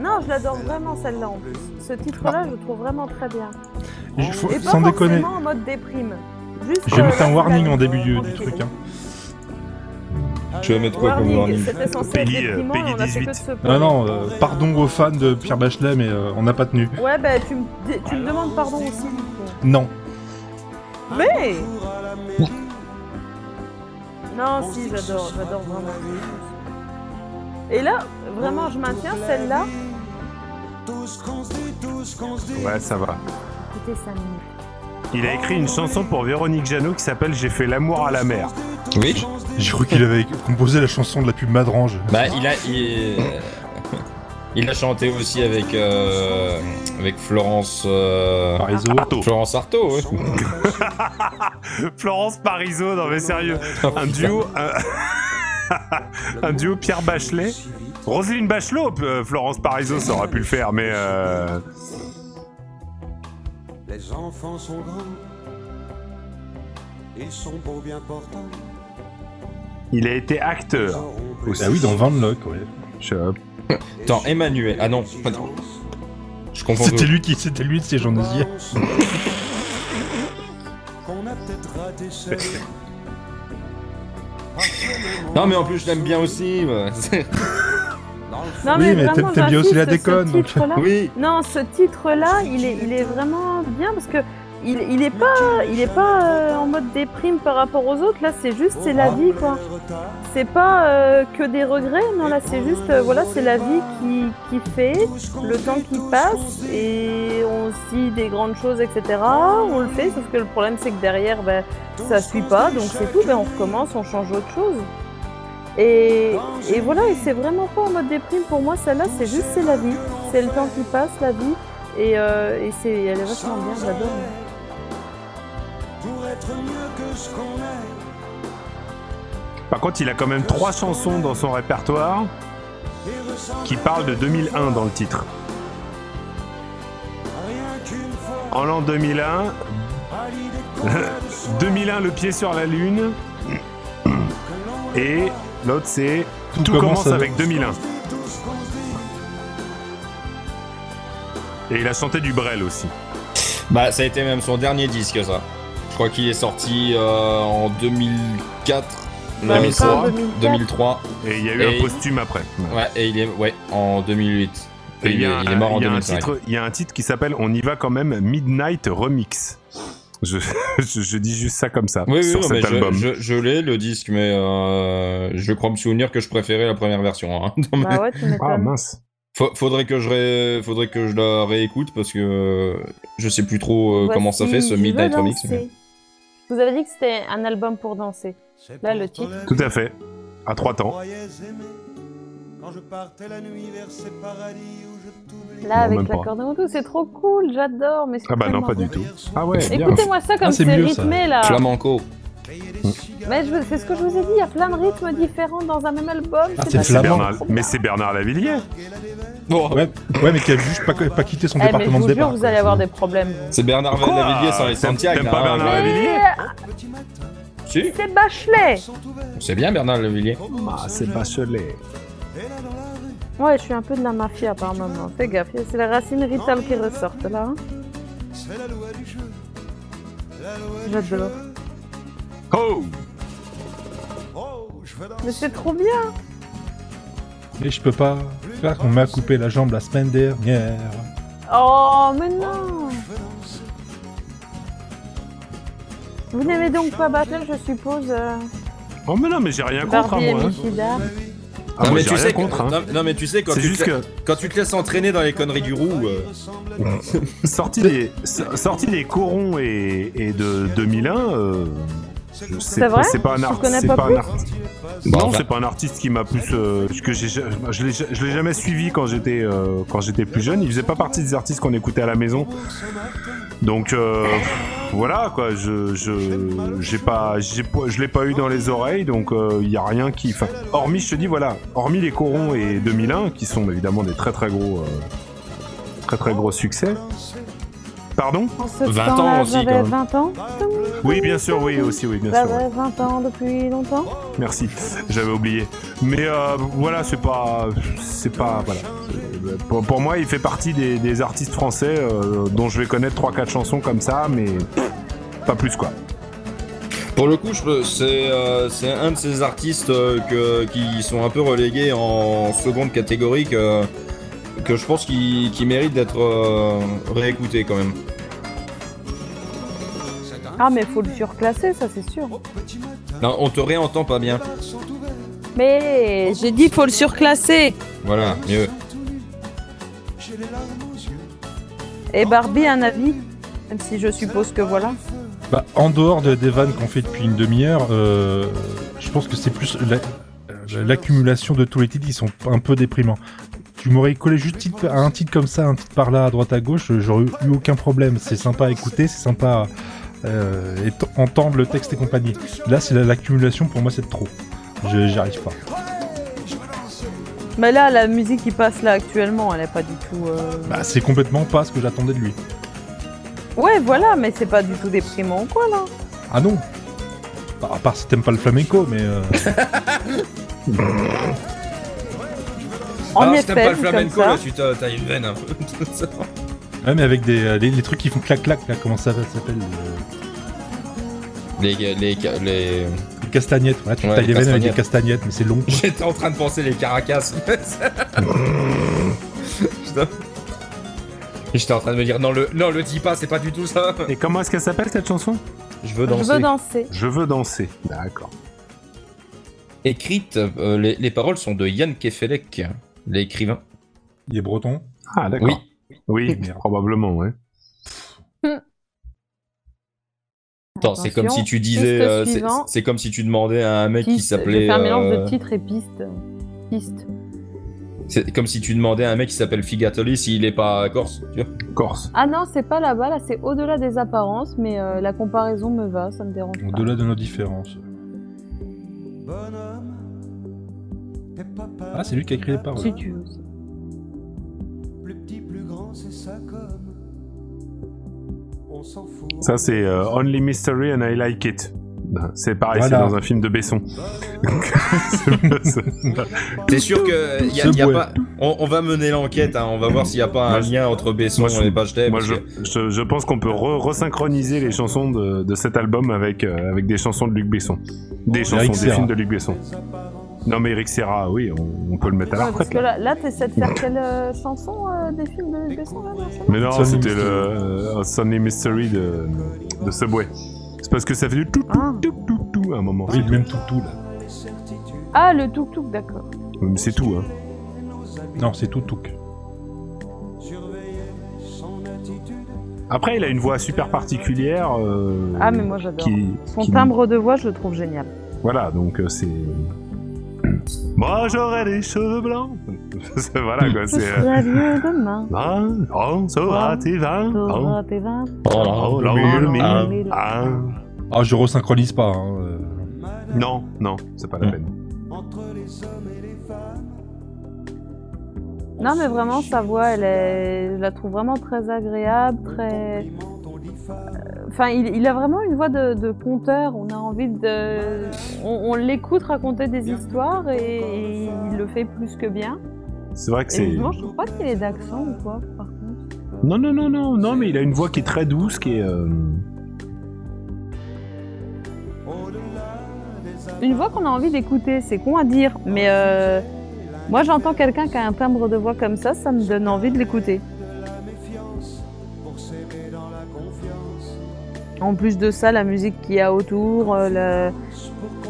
S1: Non, je l'adore vraiment celle-là en plus. Ce titre-là, je le trouve vraiment très bien.
S5: Il faut-
S1: Et pas
S5: sans
S1: forcément
S5: déconner.
S1: en mode déprime. Juste,
S5: J'ai
S1: euh,
S5: mis
S1: là,
S5: un warning
S1: là,
S5: en début du,
S1: euh,
S5: du truc. Hein.
S2: Tu vas mettre quoi comme
S1: Warning,
S2: warning
S1: c'était censé être
S4: Peggy, euh,
S1: déprimant,
S4: Peggy
S1: on a fait que
S4: 18.
S1: de se
S5: Non, non, euh, pardon aux fans de Pierre Bachelet, mais euh, on n'a pas tenu.
S1: Ouais, bah tu me dis- tu me demandes pardon aussi. du coup.
S5: Non.
S1: Mais Non, si, j'adore, j'adore vraiment. Et là, vraiment, je maintiens celle-là.
S4: Ouais, ça va.
S1: Écoutez, ça me-
S4: Il a écrit une chanson pour Véronique Jeannot qui s'appelle J'ai fait l'amour à la mer.
S2: Oui.
S5: J'ai cru qu'il avait composé la chanson de la pub Madrange.
S2: Bah, il a. Il, il a chanté aussi avec. euh, avec Florence. euh,
S5: Parizeau.
S4: Arto.
S2: Florence Artaud, ouais.
S4: Florence Parisot, non Ah, mais sérieux. Un duo. euh, un- Un duo Pierre Bachelet. Roselyne Bachelot, euh, Florence Parisot, ça aurait pu le faire, mais. euh,
S6: Les enfants sont grands, ils sont beaux bien portants.
S4: il a été
S6: ils
S4: acteur.
S6: auront
S4: aussi.
S5: Ah oui, dans Van Lock, ouais.
S4: Je-
S2: Attends, Emmanuel. Ah non, pas non. Je comprends.
S5: C'était lui qui, c'était lui de ces gens de dire.
S6: Qu'on a peut-être raté seul.
S2: Non, mais en plus, je l'aime bien aussi. bah. <laughs>
S1: Non,
S5: Oui, mais t'aimes-
S1: vraiment,
S5: t'aimes bien aussi la
S1: j'insiste, ce
S5: déconne, donc.
S1: titre-là.
S2: oui.
S1: Non, ce titre-là, il est, il est vraiment bien parce que il, il est pas, il est pas euh, en mode déprime par rapport aux autres. Là, c'est juste, c'est la vie, quoi. C'est pas euh, que des regrets, non. Là, c'est juste, euh, voilà, c'est la vie qui, qui fait, le temps qui passe et on se dit des grandes choses, etc. On le fait, sauf que le problème, c'est que derrière, ben, ça suit pas, donc c'est tout. Ben, on recommence, on change autre chose. Et, et voilà, et c'est vraiment pas en mode déprime pour moi, celle-là, c'est juste c'est la vie. C'est le temps qui passe, la vie. Et, euh, et c'est, elle est vachement bien, je l'adore.
S6: Pour être mieux que ce qu'on est.
S4: Par contre, il a quand même trois chansons dans son répertoire
S6: Et ressent
S4: qui parlent de 2001 dans le titre.
S6: rien qu'une fois
S4: En l'an <laughs> 2001,
S6: à l'idée qu'on a de soi,
S4: 2001, le pied sur la lune. Et l'autre, c'est Tout, commence, avec 2001. Et il a chanté du Brel aussi.
S2: Bah, ça a été même son dernier disque, ça. Je crois qu'il est sorti euh, en 2004.
S1: Bah,
S2: Non,
S1: pas en
S2: c'est-
S1: 2004.
S2: 2003.
S4: Et il y a eu
S2: Et-
S4: un posthume après.
S2: Ouais, et il est ouais, en 2008. Et
S4: Et
S2: il, est- il est mort en
S4: il y a un
S2: 2005.
S4: titre- Il y a un titre qui s'appelle On y va quand même Midnight Remix. Je, <laughs> je- je dis juste ça comme ça
S2: Oui, oui,
S4: sur
S2: oui, mais
S4: cet album.
S2: je, je, je l'ai le disque, mais euh, je crois me souvenir que je préférais la première version. hein. Non, mais
S1: Bah ouais,
S2: <laughs>
S1: tu
S4: Ah
S1: m'étonnes.
S4: mince.
S2: fa- faudrait que je ré- faudrait que je la réécoute parce que euh, je sais plus trop euh, comment ça fait
S1: Voici,
S2: ce
S1: je veux
S2: Midnight Remix.
S1: danser.
S2: mais-
S1: Vous avez dit que c'était un album pour danser.
S6: c'est
S1: Là,
S6: pour
S1: le titre.
S6: Tolède.
S4: Tout à fait. À trois temps.
S6: croyais aimer quand je partais la nuit vers ces paradis où je t'oublie.
S1: Là,
S4: Non,
S1: avec
S4: même pas.
S1: l'accordéon et tout, c'est trop cool, j'adore. Mais c'est
S4: Ah bah non,
S1: tellement
S4: pas du
S1: bon.
S4: tout. Ah ouais, bien.
S1: Écoutez-moi ça comme
S5: Ah,
S1: c'est
S5: c'est mieux, ça.
S1: rythmé là.
S2: Flamenco.
S1: Mais je veux- c'est ce que je vous ai dit, il y a plein de rythmes différents dans un même album.
S5: Ah,
S1: pas Eh,
S5: c'est
S4: C'est
S1: possible.
S5: flamand.
S4: Bernard- mais c'est Bernard Lavillier.
S2: Bon,
S5: Ouais, ouais, mais qui a juste pas, pas quitté son
S1: Eh, mais je
S5: département
S1: vous
S5: de
S1: jure,
S5: départ.
S1: vous
S5: quoi.
S1: allez avoir des problèmes.
S2: c'est Bernard
S4: Quoi
S2: Lavillier sur les
S4: T'aimes-
S2: Santiago.
S4: t'aimes pas Bernard
S2: ouais.
S4: Lavillier
S2: Si,
S1: C'est Bachelet
S2: c'est bien Bernard Lavillier.
S4: Ah, c'est Bachelet.
S1: Ouais, je suis un peu de la mafia par moment, fais gaffe, c'est les racines vitales qui ressortent là. hein. J'adore.
S4: Oh
S5: Oh,
S1: Mais c'est trop bien
S5: Et je peux pas faire qu'on m'a coupé la jambe la semaine dernière.
S1: Oh, mais non Vous n'aimez donc pas Bachelet, je suppose euh,
S4: Oh mais non, mais j'ai rien contre à
S1: Barbie et
S4: moi. hein.
S1: Michida
S4: Ah, moi, j'ai rien
S2: que-
S4: contre. hein.
S2: non, non, mais tu sais quand
S4: C'est
S2: tu, te
S4: juste
S2: la-
S4: que
S2: quand tu te laisses entraîner dans les conneries du roux. euh,
S4: sorti des so- sorti des corons et, et de 2001, euh, je-
S1: C'est
S4: c'est
S1: vrai
S4: c'est pas un
S1: Tu connais
S4: artiste. C'est
S1: pas
S4: pas un
S1: plus
S4: artiste.
S2: Bon,
S4: non,
S2: Bah, enfin.
S4: c'est pas un artiste qui m'a plus euh, que j'ai ja- je l'ai ja- je l'ai jamais suivi quand j'étais euh, quand j'étais plus jeune. Il faisait pas partie des artistes qu'on écoutait à la maison. Donc euh, voilà quoi, je je j'ai pas j'ai pas- je l'ai pas eu dans les oreilles donc il y a rien qui enfin hormis je te dis voilà, hormis les corons et 2001 qui sont évidemment des très très gros euh, très très gros succès. Pardon
S1: En ce
S2: 20
S1: temps-là,
S2: ans aussi, quand
S1: J'avais
S2: même.
S1: 20 ans
S4: Oui, bien sûr, oui aussi oui, bien sûr. ouais.
S1: J'avais 20 ans depuis longtemps
S4: Merci, j'avais oublié. Mais euh, voilà, c'est pas, c'est pas, voilà. C'est- Pour, pour moi, il fait partie des, des artistes français euh, dont je vais connaître 3-4 chansons comme ça, mais pas plus quoi.
S2: Pour le coup, je peux- c'est euh, c'est un de ces artistes euh, que- qui sont un peu relégués en seconde catégorie que, que je pense qu'il qu'il mérite d'être euh, réécouté quand même.
S1: Ah, mais faut le surclasser, ça c'est sûr.
S2: Non, on te réentend pas bien.
S1: Mais j'ai dit faut le surclasser.
S2: Voilà, mieux.
S1: Et Barbie, un avis Même si je suppose que voilà.
S5: Bah, en dehors de, des vannes qu'on fait depuis une demi-heure, euh, je pense que c'est plus la- euh, l'accumulation de tous les titres qui sont un peu déprimants. Tu m'aurais collé juste titre- un titre comme ça, un titre par là, à droite à gauche, euh, j'aurais eu aucun problème. C'est sympa à écouter, c'est sympa à euh, et- entendre le texte et compagnie. Là, c'est la- l'accumulation, pour moi, c'est de trop. Je- J'y arrive pas.
S1: Mais là, la musique qui passe là actuellement, elle est pas du tout. euh,
S5: Bah, c'est complètement pas ce que j'attendais de lui.
S1: Ouais, voilà, mais c'est pas du tout déprimant ou quoi là
S5: Ah non Bah, À part si t'aimes pas le flamenco, mais... euh,
S1: En
S2: Ah, si t'aimes
S1: effet,
S2: pas le
S1: vu comme
S2: flamenco,
S1: ça.
S2: là, tu t'as t'as une veine un peu. <laughs>
S5: Ouais, mais avec des, euh, les, les trucs qui font clac-clac, là, comment ça s'appelle euh,
S2: les, les, les...
S5: Les castagnettes, voilà, tu
S2: Ouais,
S5: tailles
S2: les
S5: les veines avec des castagnettes, mais c'est long.
S2: J'étais en train de penser les caracas. <laughs> Putain. J'étais en train de me dire non le non le dis pas c'est pas du tout ça.
S4: Et comment est-ce qu'elle s'appelle cette chanson
S2: Je veux
S1: Je veux danser.
S4: Je veux danser. D'accord.
S2: Écrite, euh, les, les paroles sont de Yann Kefelec, l'écrivain.
S5: Il est breton.
S4: Ah, d'accord.
S2: Oui.
S4: Oui, probablement, ouais.
S2: Attends, c'est comme si tu disais,
S1: Puisque
S2: euh, c'est-
S1: suivant-
S2: c'est comme si tu demandais à un mec qui
S1: Piste. Je vais
S2: s'appelait,
S1: faire un mélange
S2: euh,
S1: de titres et pistes. Piste.
S2: c'est comme si tu demandais à un mec qui s'appelle Figatoli s'il est pas corse. tu vois.
S4: Corse.
S1: Ah non, c'est pas là-bas, là c'est au-delà des apparences, mais euh, la comparaison me va, ça me dérange pas.
S5: Au-delà de nos différences.
S6: Bonhomme, t'es pas
S5: Ah, c'est lui qui a écrit les paroles.
S1: Si tu veux.
S6: Plus petit, plus grand, c'est ça comme. On s'en fout.
S4: Ça, c'est euh, Only Mystery and I Like It. Ben, C'est pareil,
S5: Voilà.
S4: c'est dans un film
S5: <laughs>
S4: de Besson. C'est- c'est-
S2: C'est sûr que y a,
S5: Ce
S2: y a
S5: bois.
S2: pas. On, on va mener l'enquête, hein, on va voir s'il n'y a pas un
S4: Moi, je-
S2: lien entre Besson
S4: moi, je-
S2: et Bachelet.
S4: Moi,
S2: parce
S4: je,
S2: que-
S4: je, je pense qu'on peut re- resynchroniser les chansons de, de cet album avec, euh, avec des chansons de Luc Besson. Des chansons, des
S5: Serra.
S4: films de Luc Besson. Non, mais Eric Serra, oui, on, on peut le mettre à la
S1: Ouais, parce
S4: retraite.
S1: que là, là t'essaies
S2: <laughs>
S1: de faire quelle euh, chanson euh, des films de Luc Besson là dans ce-
S4: Mais non,
S5: Sunny
S4: c'était le
S5: Mystery.
S4: euh, Sunny Mystery de, de Subway. C'est parce que ça fait du tout, tout,
S1: Ah.
S4: tout, tout, tout à un moment.
S5: Oui, le même toutou, là.
S1: Ah, le Tuk Tuk, d'accord.
S4: Mais c'est tout, hein.
S5: Non, c'est toutouc.
S4: Après, il a une voix super particulière. euh,
S1: Ah, mais moi j'adore.
S4: qui,
S1: Son
S4: qui-
S1: timbre de voix, je le trouve génial.
S4: Voilà, donc euh, c'est. euh, Moi j'aurais des cheveux blancs. <laughs> C'est- voilà quoi,
S1: Je <laughs>
S4: c'est. euh,
S1: serai mieux
S4: <laughs>
S1: demain.
S4: Ah, on saura tes vingt ans.
S1: t'auras tes vingt
S4: Oh, là,
S1: mille,
S4: mille,
S1: ah.
S4: mille. Ah.
S5: Ah, je resynchronise pas. hein, euh.
S4: Non, non, c'est pas la
S2: Hmm.
S4: peine.
S1: Non, mais vraiment, sa voix, elle est... je la trouve vraiment très agréable, très. euh, Enfin, il, il a vraiment une voix de, de conteur. On a envie de. On, on l'écoute raconter des histoires et, et il le fait plus que bien.
S4: C'est vrai que
S1: Et
S4: c'est.
S1: non, je trouve pas qu'il ait d'accent ou quoi, par contre.
S4: Non, non, non, non, non, mais il a une voix qui est très douce, qui est. euh,
S1: Une voix qu'on a envie d'écouter, c'est con à dire, mais euh, moi j'entends quelqu'un qui a un timbre de voix comme ça, ça me donne envie de l'écouter. En plus de ça, la musique qu'il y a autour, euh,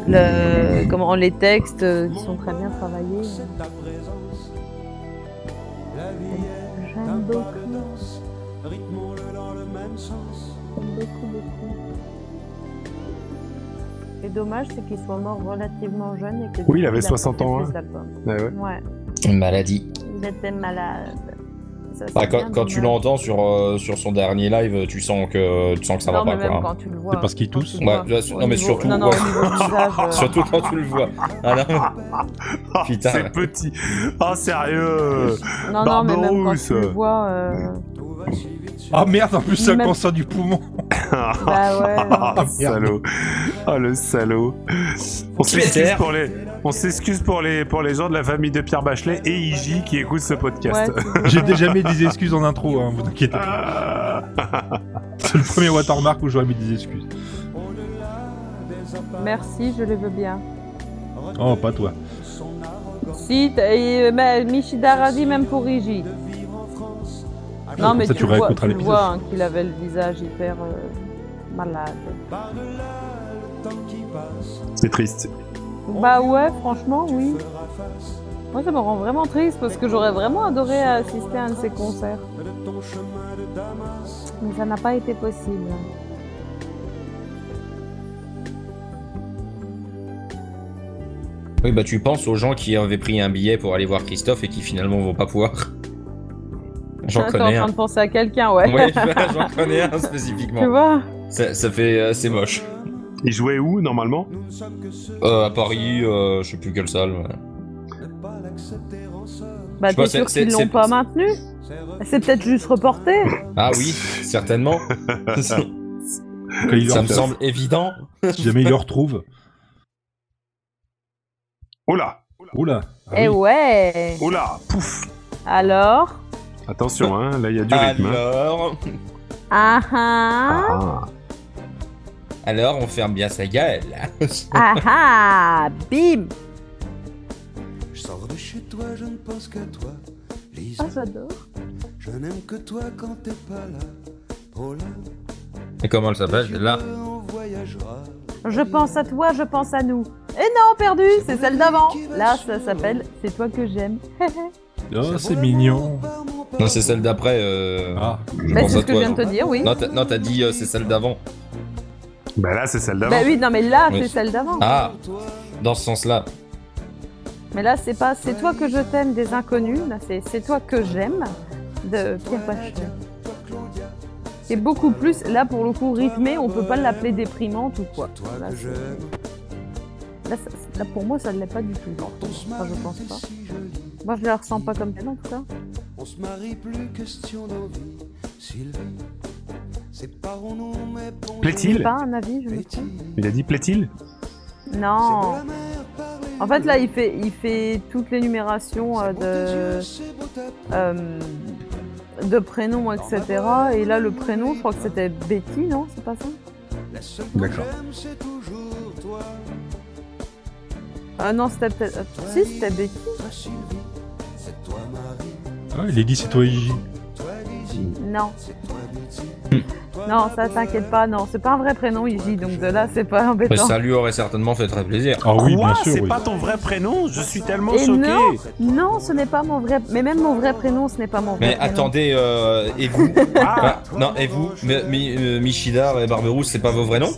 S1: le, le- comment, les textes euh, qui sont très bien travaillés. J'aime beaucoup. J'aime beaucoup, beaucoup. Et dommage, c'est qu'il soit mort relativement jeune. Et que
S4: Oui, il avait
S1: a pas
S4: 60
S1: fait
S4: ans,
S1: plus
S4: hein.
S1: d'albums.
S4: ouais, ouais.
S1: Ouais,
S2: Une maladie.
S1: il était malade. Ça, c'est
S2: Bah,
S1: bien
S2: quand, quand tu
S1: dommage.
S2: l'entends sur, euh, sur son dernier live, tu sens que, tu sens que ça
S1: non,
S2: va
S1: mais
S2: pas.
S1: même
S2: Quoi. hein.
S1: quand tu le vois.
S5: parce qu'il
S1: quand
S5: tousse.
S1: tu le
S2: Ouais,
S1: vois,
S2: bien sûr.
S1: au
S2: Non, mais
S1: niveau-
S2: surtout,
S1: Non, non, au
S2: ouais.
S1: niveau visage, euh,
S2: Surtout quand tu le vois. Ah, non.
S4: Ah,
S2: Putain.
S4: C'est petit. Ah,
S5: Euh.
S4: sérieux.
S1: Non, non, mais même quand
S4: Barberousse.
S1: tu le vois.
S4: <laughs>
S1: euh,
S5: Ah merde, en plus, c'est un
S1: Même-
S5: cancer du poumon. <laughs>
S1: Bah ouais. non.
S4: Ah, salaud. Ah, le salaud. On s'excuse
S2: Twitter.
S4: pour les, on s'excuse pour les, pour les gens de la famille de Pierre Bachelet et IJ qui écoutent ce podcast.
S1: Ouais,
S5: J'ai déjà mis des excuses en intro, hein, vous inquiétez pas.
S4: Ah.
S5: C'est le premier watermark où j'aurais mis des excuses.
S1: Merci, je le veux bien.
S5: Oh, pas toi.
S1: Si, t'as- et, euh, mais Michidara dit même pour Iji. Non,
S5: Comme
S1: mais
S5: ça,
S1: tu,
S5: tu
S1: le vois,
S5: réécouteras
S1: tu le
S5: l'épisode.
S1: vois hein, qu'il avait le visage hyper euh, malade.
S4: C'est triste.
S1: Bah ouais, franchement, oui. Moi, ça me rend vraiment triste parce que j'aurais vraiment adoré assister à un de ses concerts. Mais ça n'a pas été possible.
S2: Oui, bah tu penses aux gens qui avaient pris un billet pour aller voir Christophe et qui finalement vont pas pouvoir. J'en
S1: Attends,
S2: connais
S1: en
S2: un.
S1: train de penser à quelqu'un, ouais.
S2: Ouais, <laughs> j'en connais un
S1: tu
S2: spécifiquement.
S1: vois
S2: Ça, ça fait assez moche.
S4: Il jouait où normalement
S2: Euh, à Paris, euh, je sais plus quelle salle. mais-
S1: Bah,
S2: Je sais
S1: t'es
S2: pas, c'est-
S1: sûr qu'ils
S2: c'est-
S1: l'ont
S2: c'est-
S1: pas maintenu C'est peut-être juste reporté.
S2: Ah oui,
S1: <laughs>
S2: certainement. ça
S5: Quand il le
S2: me
S5: retrouve-
S2: semble évident.
S5: Si jamais il le retrouve.
S4: Oh là
S5: Oula. Ah
S1: Eh
S5: oui.
S1: ouais
S4: Oh là Pouf
S1: Alors
S5: Ah.
S4: Attention, hein, là il y a du rythme. hein.
S2: Alors,
S1: Ah ah
S4: Ah,
S2: alors on ferme bien sa gueule.
S1: Ah <laughs> ah Bim
S6: Je sors de chez toi, je ne pense qu'à toi. Lisa,
S1: Ah, j'adore.
S6: je n'aime que toi quand t'es pas là. Oh là,
S2: Et comment elle s'appelle
S6: tu
S2: Là.
S6: veux, on voyagera.
S1: Je pense à toi, je pense à nous. Et non, perdu, c'est celle d'avant. Là, ça s'appelle C'est toi que <laughs> j'aime. Bah,
S5: Oh, c'est
S6: bon,
S5: mignon.
S6: par mon pardon.
S2: Non, c'est celle d'après. euh,
S5: Ah.
S2: je
S1: Bah,
S2: pense
S1: c'est
S2: à
S1: ce que je
S2: toi,
S1: viens de
S2: Jean.
S1: te dire, oui.
S2: Non, t'as- Non, t'as dit euh, c'est celle d'avant.
S4: bah là c'est celle d'avant.
S1: Bah oui, non, mais là,
S2: Oui.
S1: c'est celle d'avant.
S2: Ah, dans ce sens-là.
S1: Mais là, c'est pas C'est toi que je t'aime des inconnus. Là, c'est C'est toi que j'aime de Pierre Bachelet. C'est beaucoup plus, là, pour le coup, rythmé. On peut pas l'appeler déprimante ou quoi.
S6: Toi
S1: Là,
S6: que
S1: c'est-
S6: j'aime,
S1: là, ça- là, pour moi, ça ne l'est pas du tout.
S6: on se
S1: Enfin,
S6: marie,
S1: je pense
S6: t'es
S1: pas.
S6: si jolie.
S1: Moi, je la ressens pas comme telle, en tout cas.
S6: On se marie plus, question d'envie. Sylvie, séparons-nous, mais bon.
S4: Plaît-il
S1: Pas un avis, je me
S6: Plaît-il
S1: trompe.
S4: Il a dit plaît-il
S1: Non.
S6: C'est beau la mer, par les
S1: En fait, là,
S6: nuées.
S1: il fait, il fait toute l'énumération euh,
S6: C'est beau tes yeux,
S1: de,
S6: c'est beau ta peau.
S1: euh, de prénoms, etc. Et là, le prénom, je crois que c'était Betty, non C'est pas ça
S6: La seule que
S5: D'accord.
S6: j'aime, c'est toujours toi.
S1: Ah Non, c'était peut-être. euh, Si, c'était Betty.
S6: Toi, Sylvie, c'est toi, Marie.
S5: Ah, il est dit c'est toi, Gigi.
S6: Toi, Lizzie,
S1: Non,
S6: c'est toi, Betty. Toi,
S1: non,
S6: la
S1: ça t'inquiète pas, non, c'est pas un vrai prénom, Iji, donc de là, c'est pas
S2: Mais
S1: embêtant.
S2: ça lui aurait certainement fait très plaisir.
S5: Ah oui,
S4: Quoi
S5: bien sûr.
S4: C'est
S5: oui.
S4: pas ton vrai prénom Je suis tellement
S1: Et
S4: choqué.
S1: non Non, ce n'est pas mon vrai. Mais même mon vrai prénom, ce n'est pas mon vrai
S2: Mais
S1: prénom.
S2: attendez, euh, et vous
S4: Ah,
S2: Bah, Non, et vous Mi- Mi- euh, Michidar et Barberousse, c'est pas vos vrais noms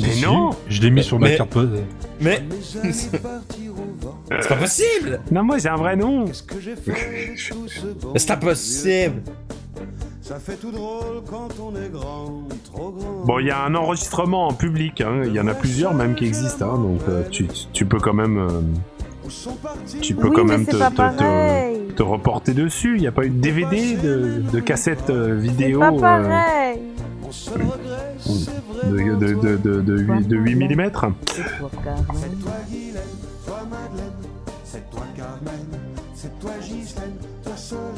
S4: Mais
S5: Si,
S4: non
S5: Je l'ai mis sur ma
S2: Mais-
S5: carte postale.
S2: Mais
S6: Mes amis partirent au vent.
S2: c'est pas possible
S4: Non, moi j'ai un vrai nom.
S6: Qu'est-ce que j'ai fait de tout ce bon
S2: C'est impossible
S6: vieux Ça fait tout drôle quand on est grand, trop grand.
S4: Bon, il y a un enregistrement en public, hein. il y en a plusieurs même qui existent, hein, donc euh, tu, tu peux quand même, euh,
S6: Où sont partis
S4: tu peux
S1: Oui,
S4: quand
S1: mais
S4: même te,
S1: c'est pas
S4: te- te-
S1: pareil.
S4: te reporter dessus. Il n'y a pas eu de DVD, de, de cassette euh,
S1: C'est
S4: vidéo
S1: pas
S4: euh,
S1: pareil.
S6: On se regrette, c'est
S4: de,
S6: vraiment
S4: de,
S6: toi.
S4: de, de, de, 8, mm.
S1: C'est toi, Carmen.
S6: C'est toi Guylaine, toi Madeleine, c'est toi Carmen, c'est toi Ghislaine, toi Solène,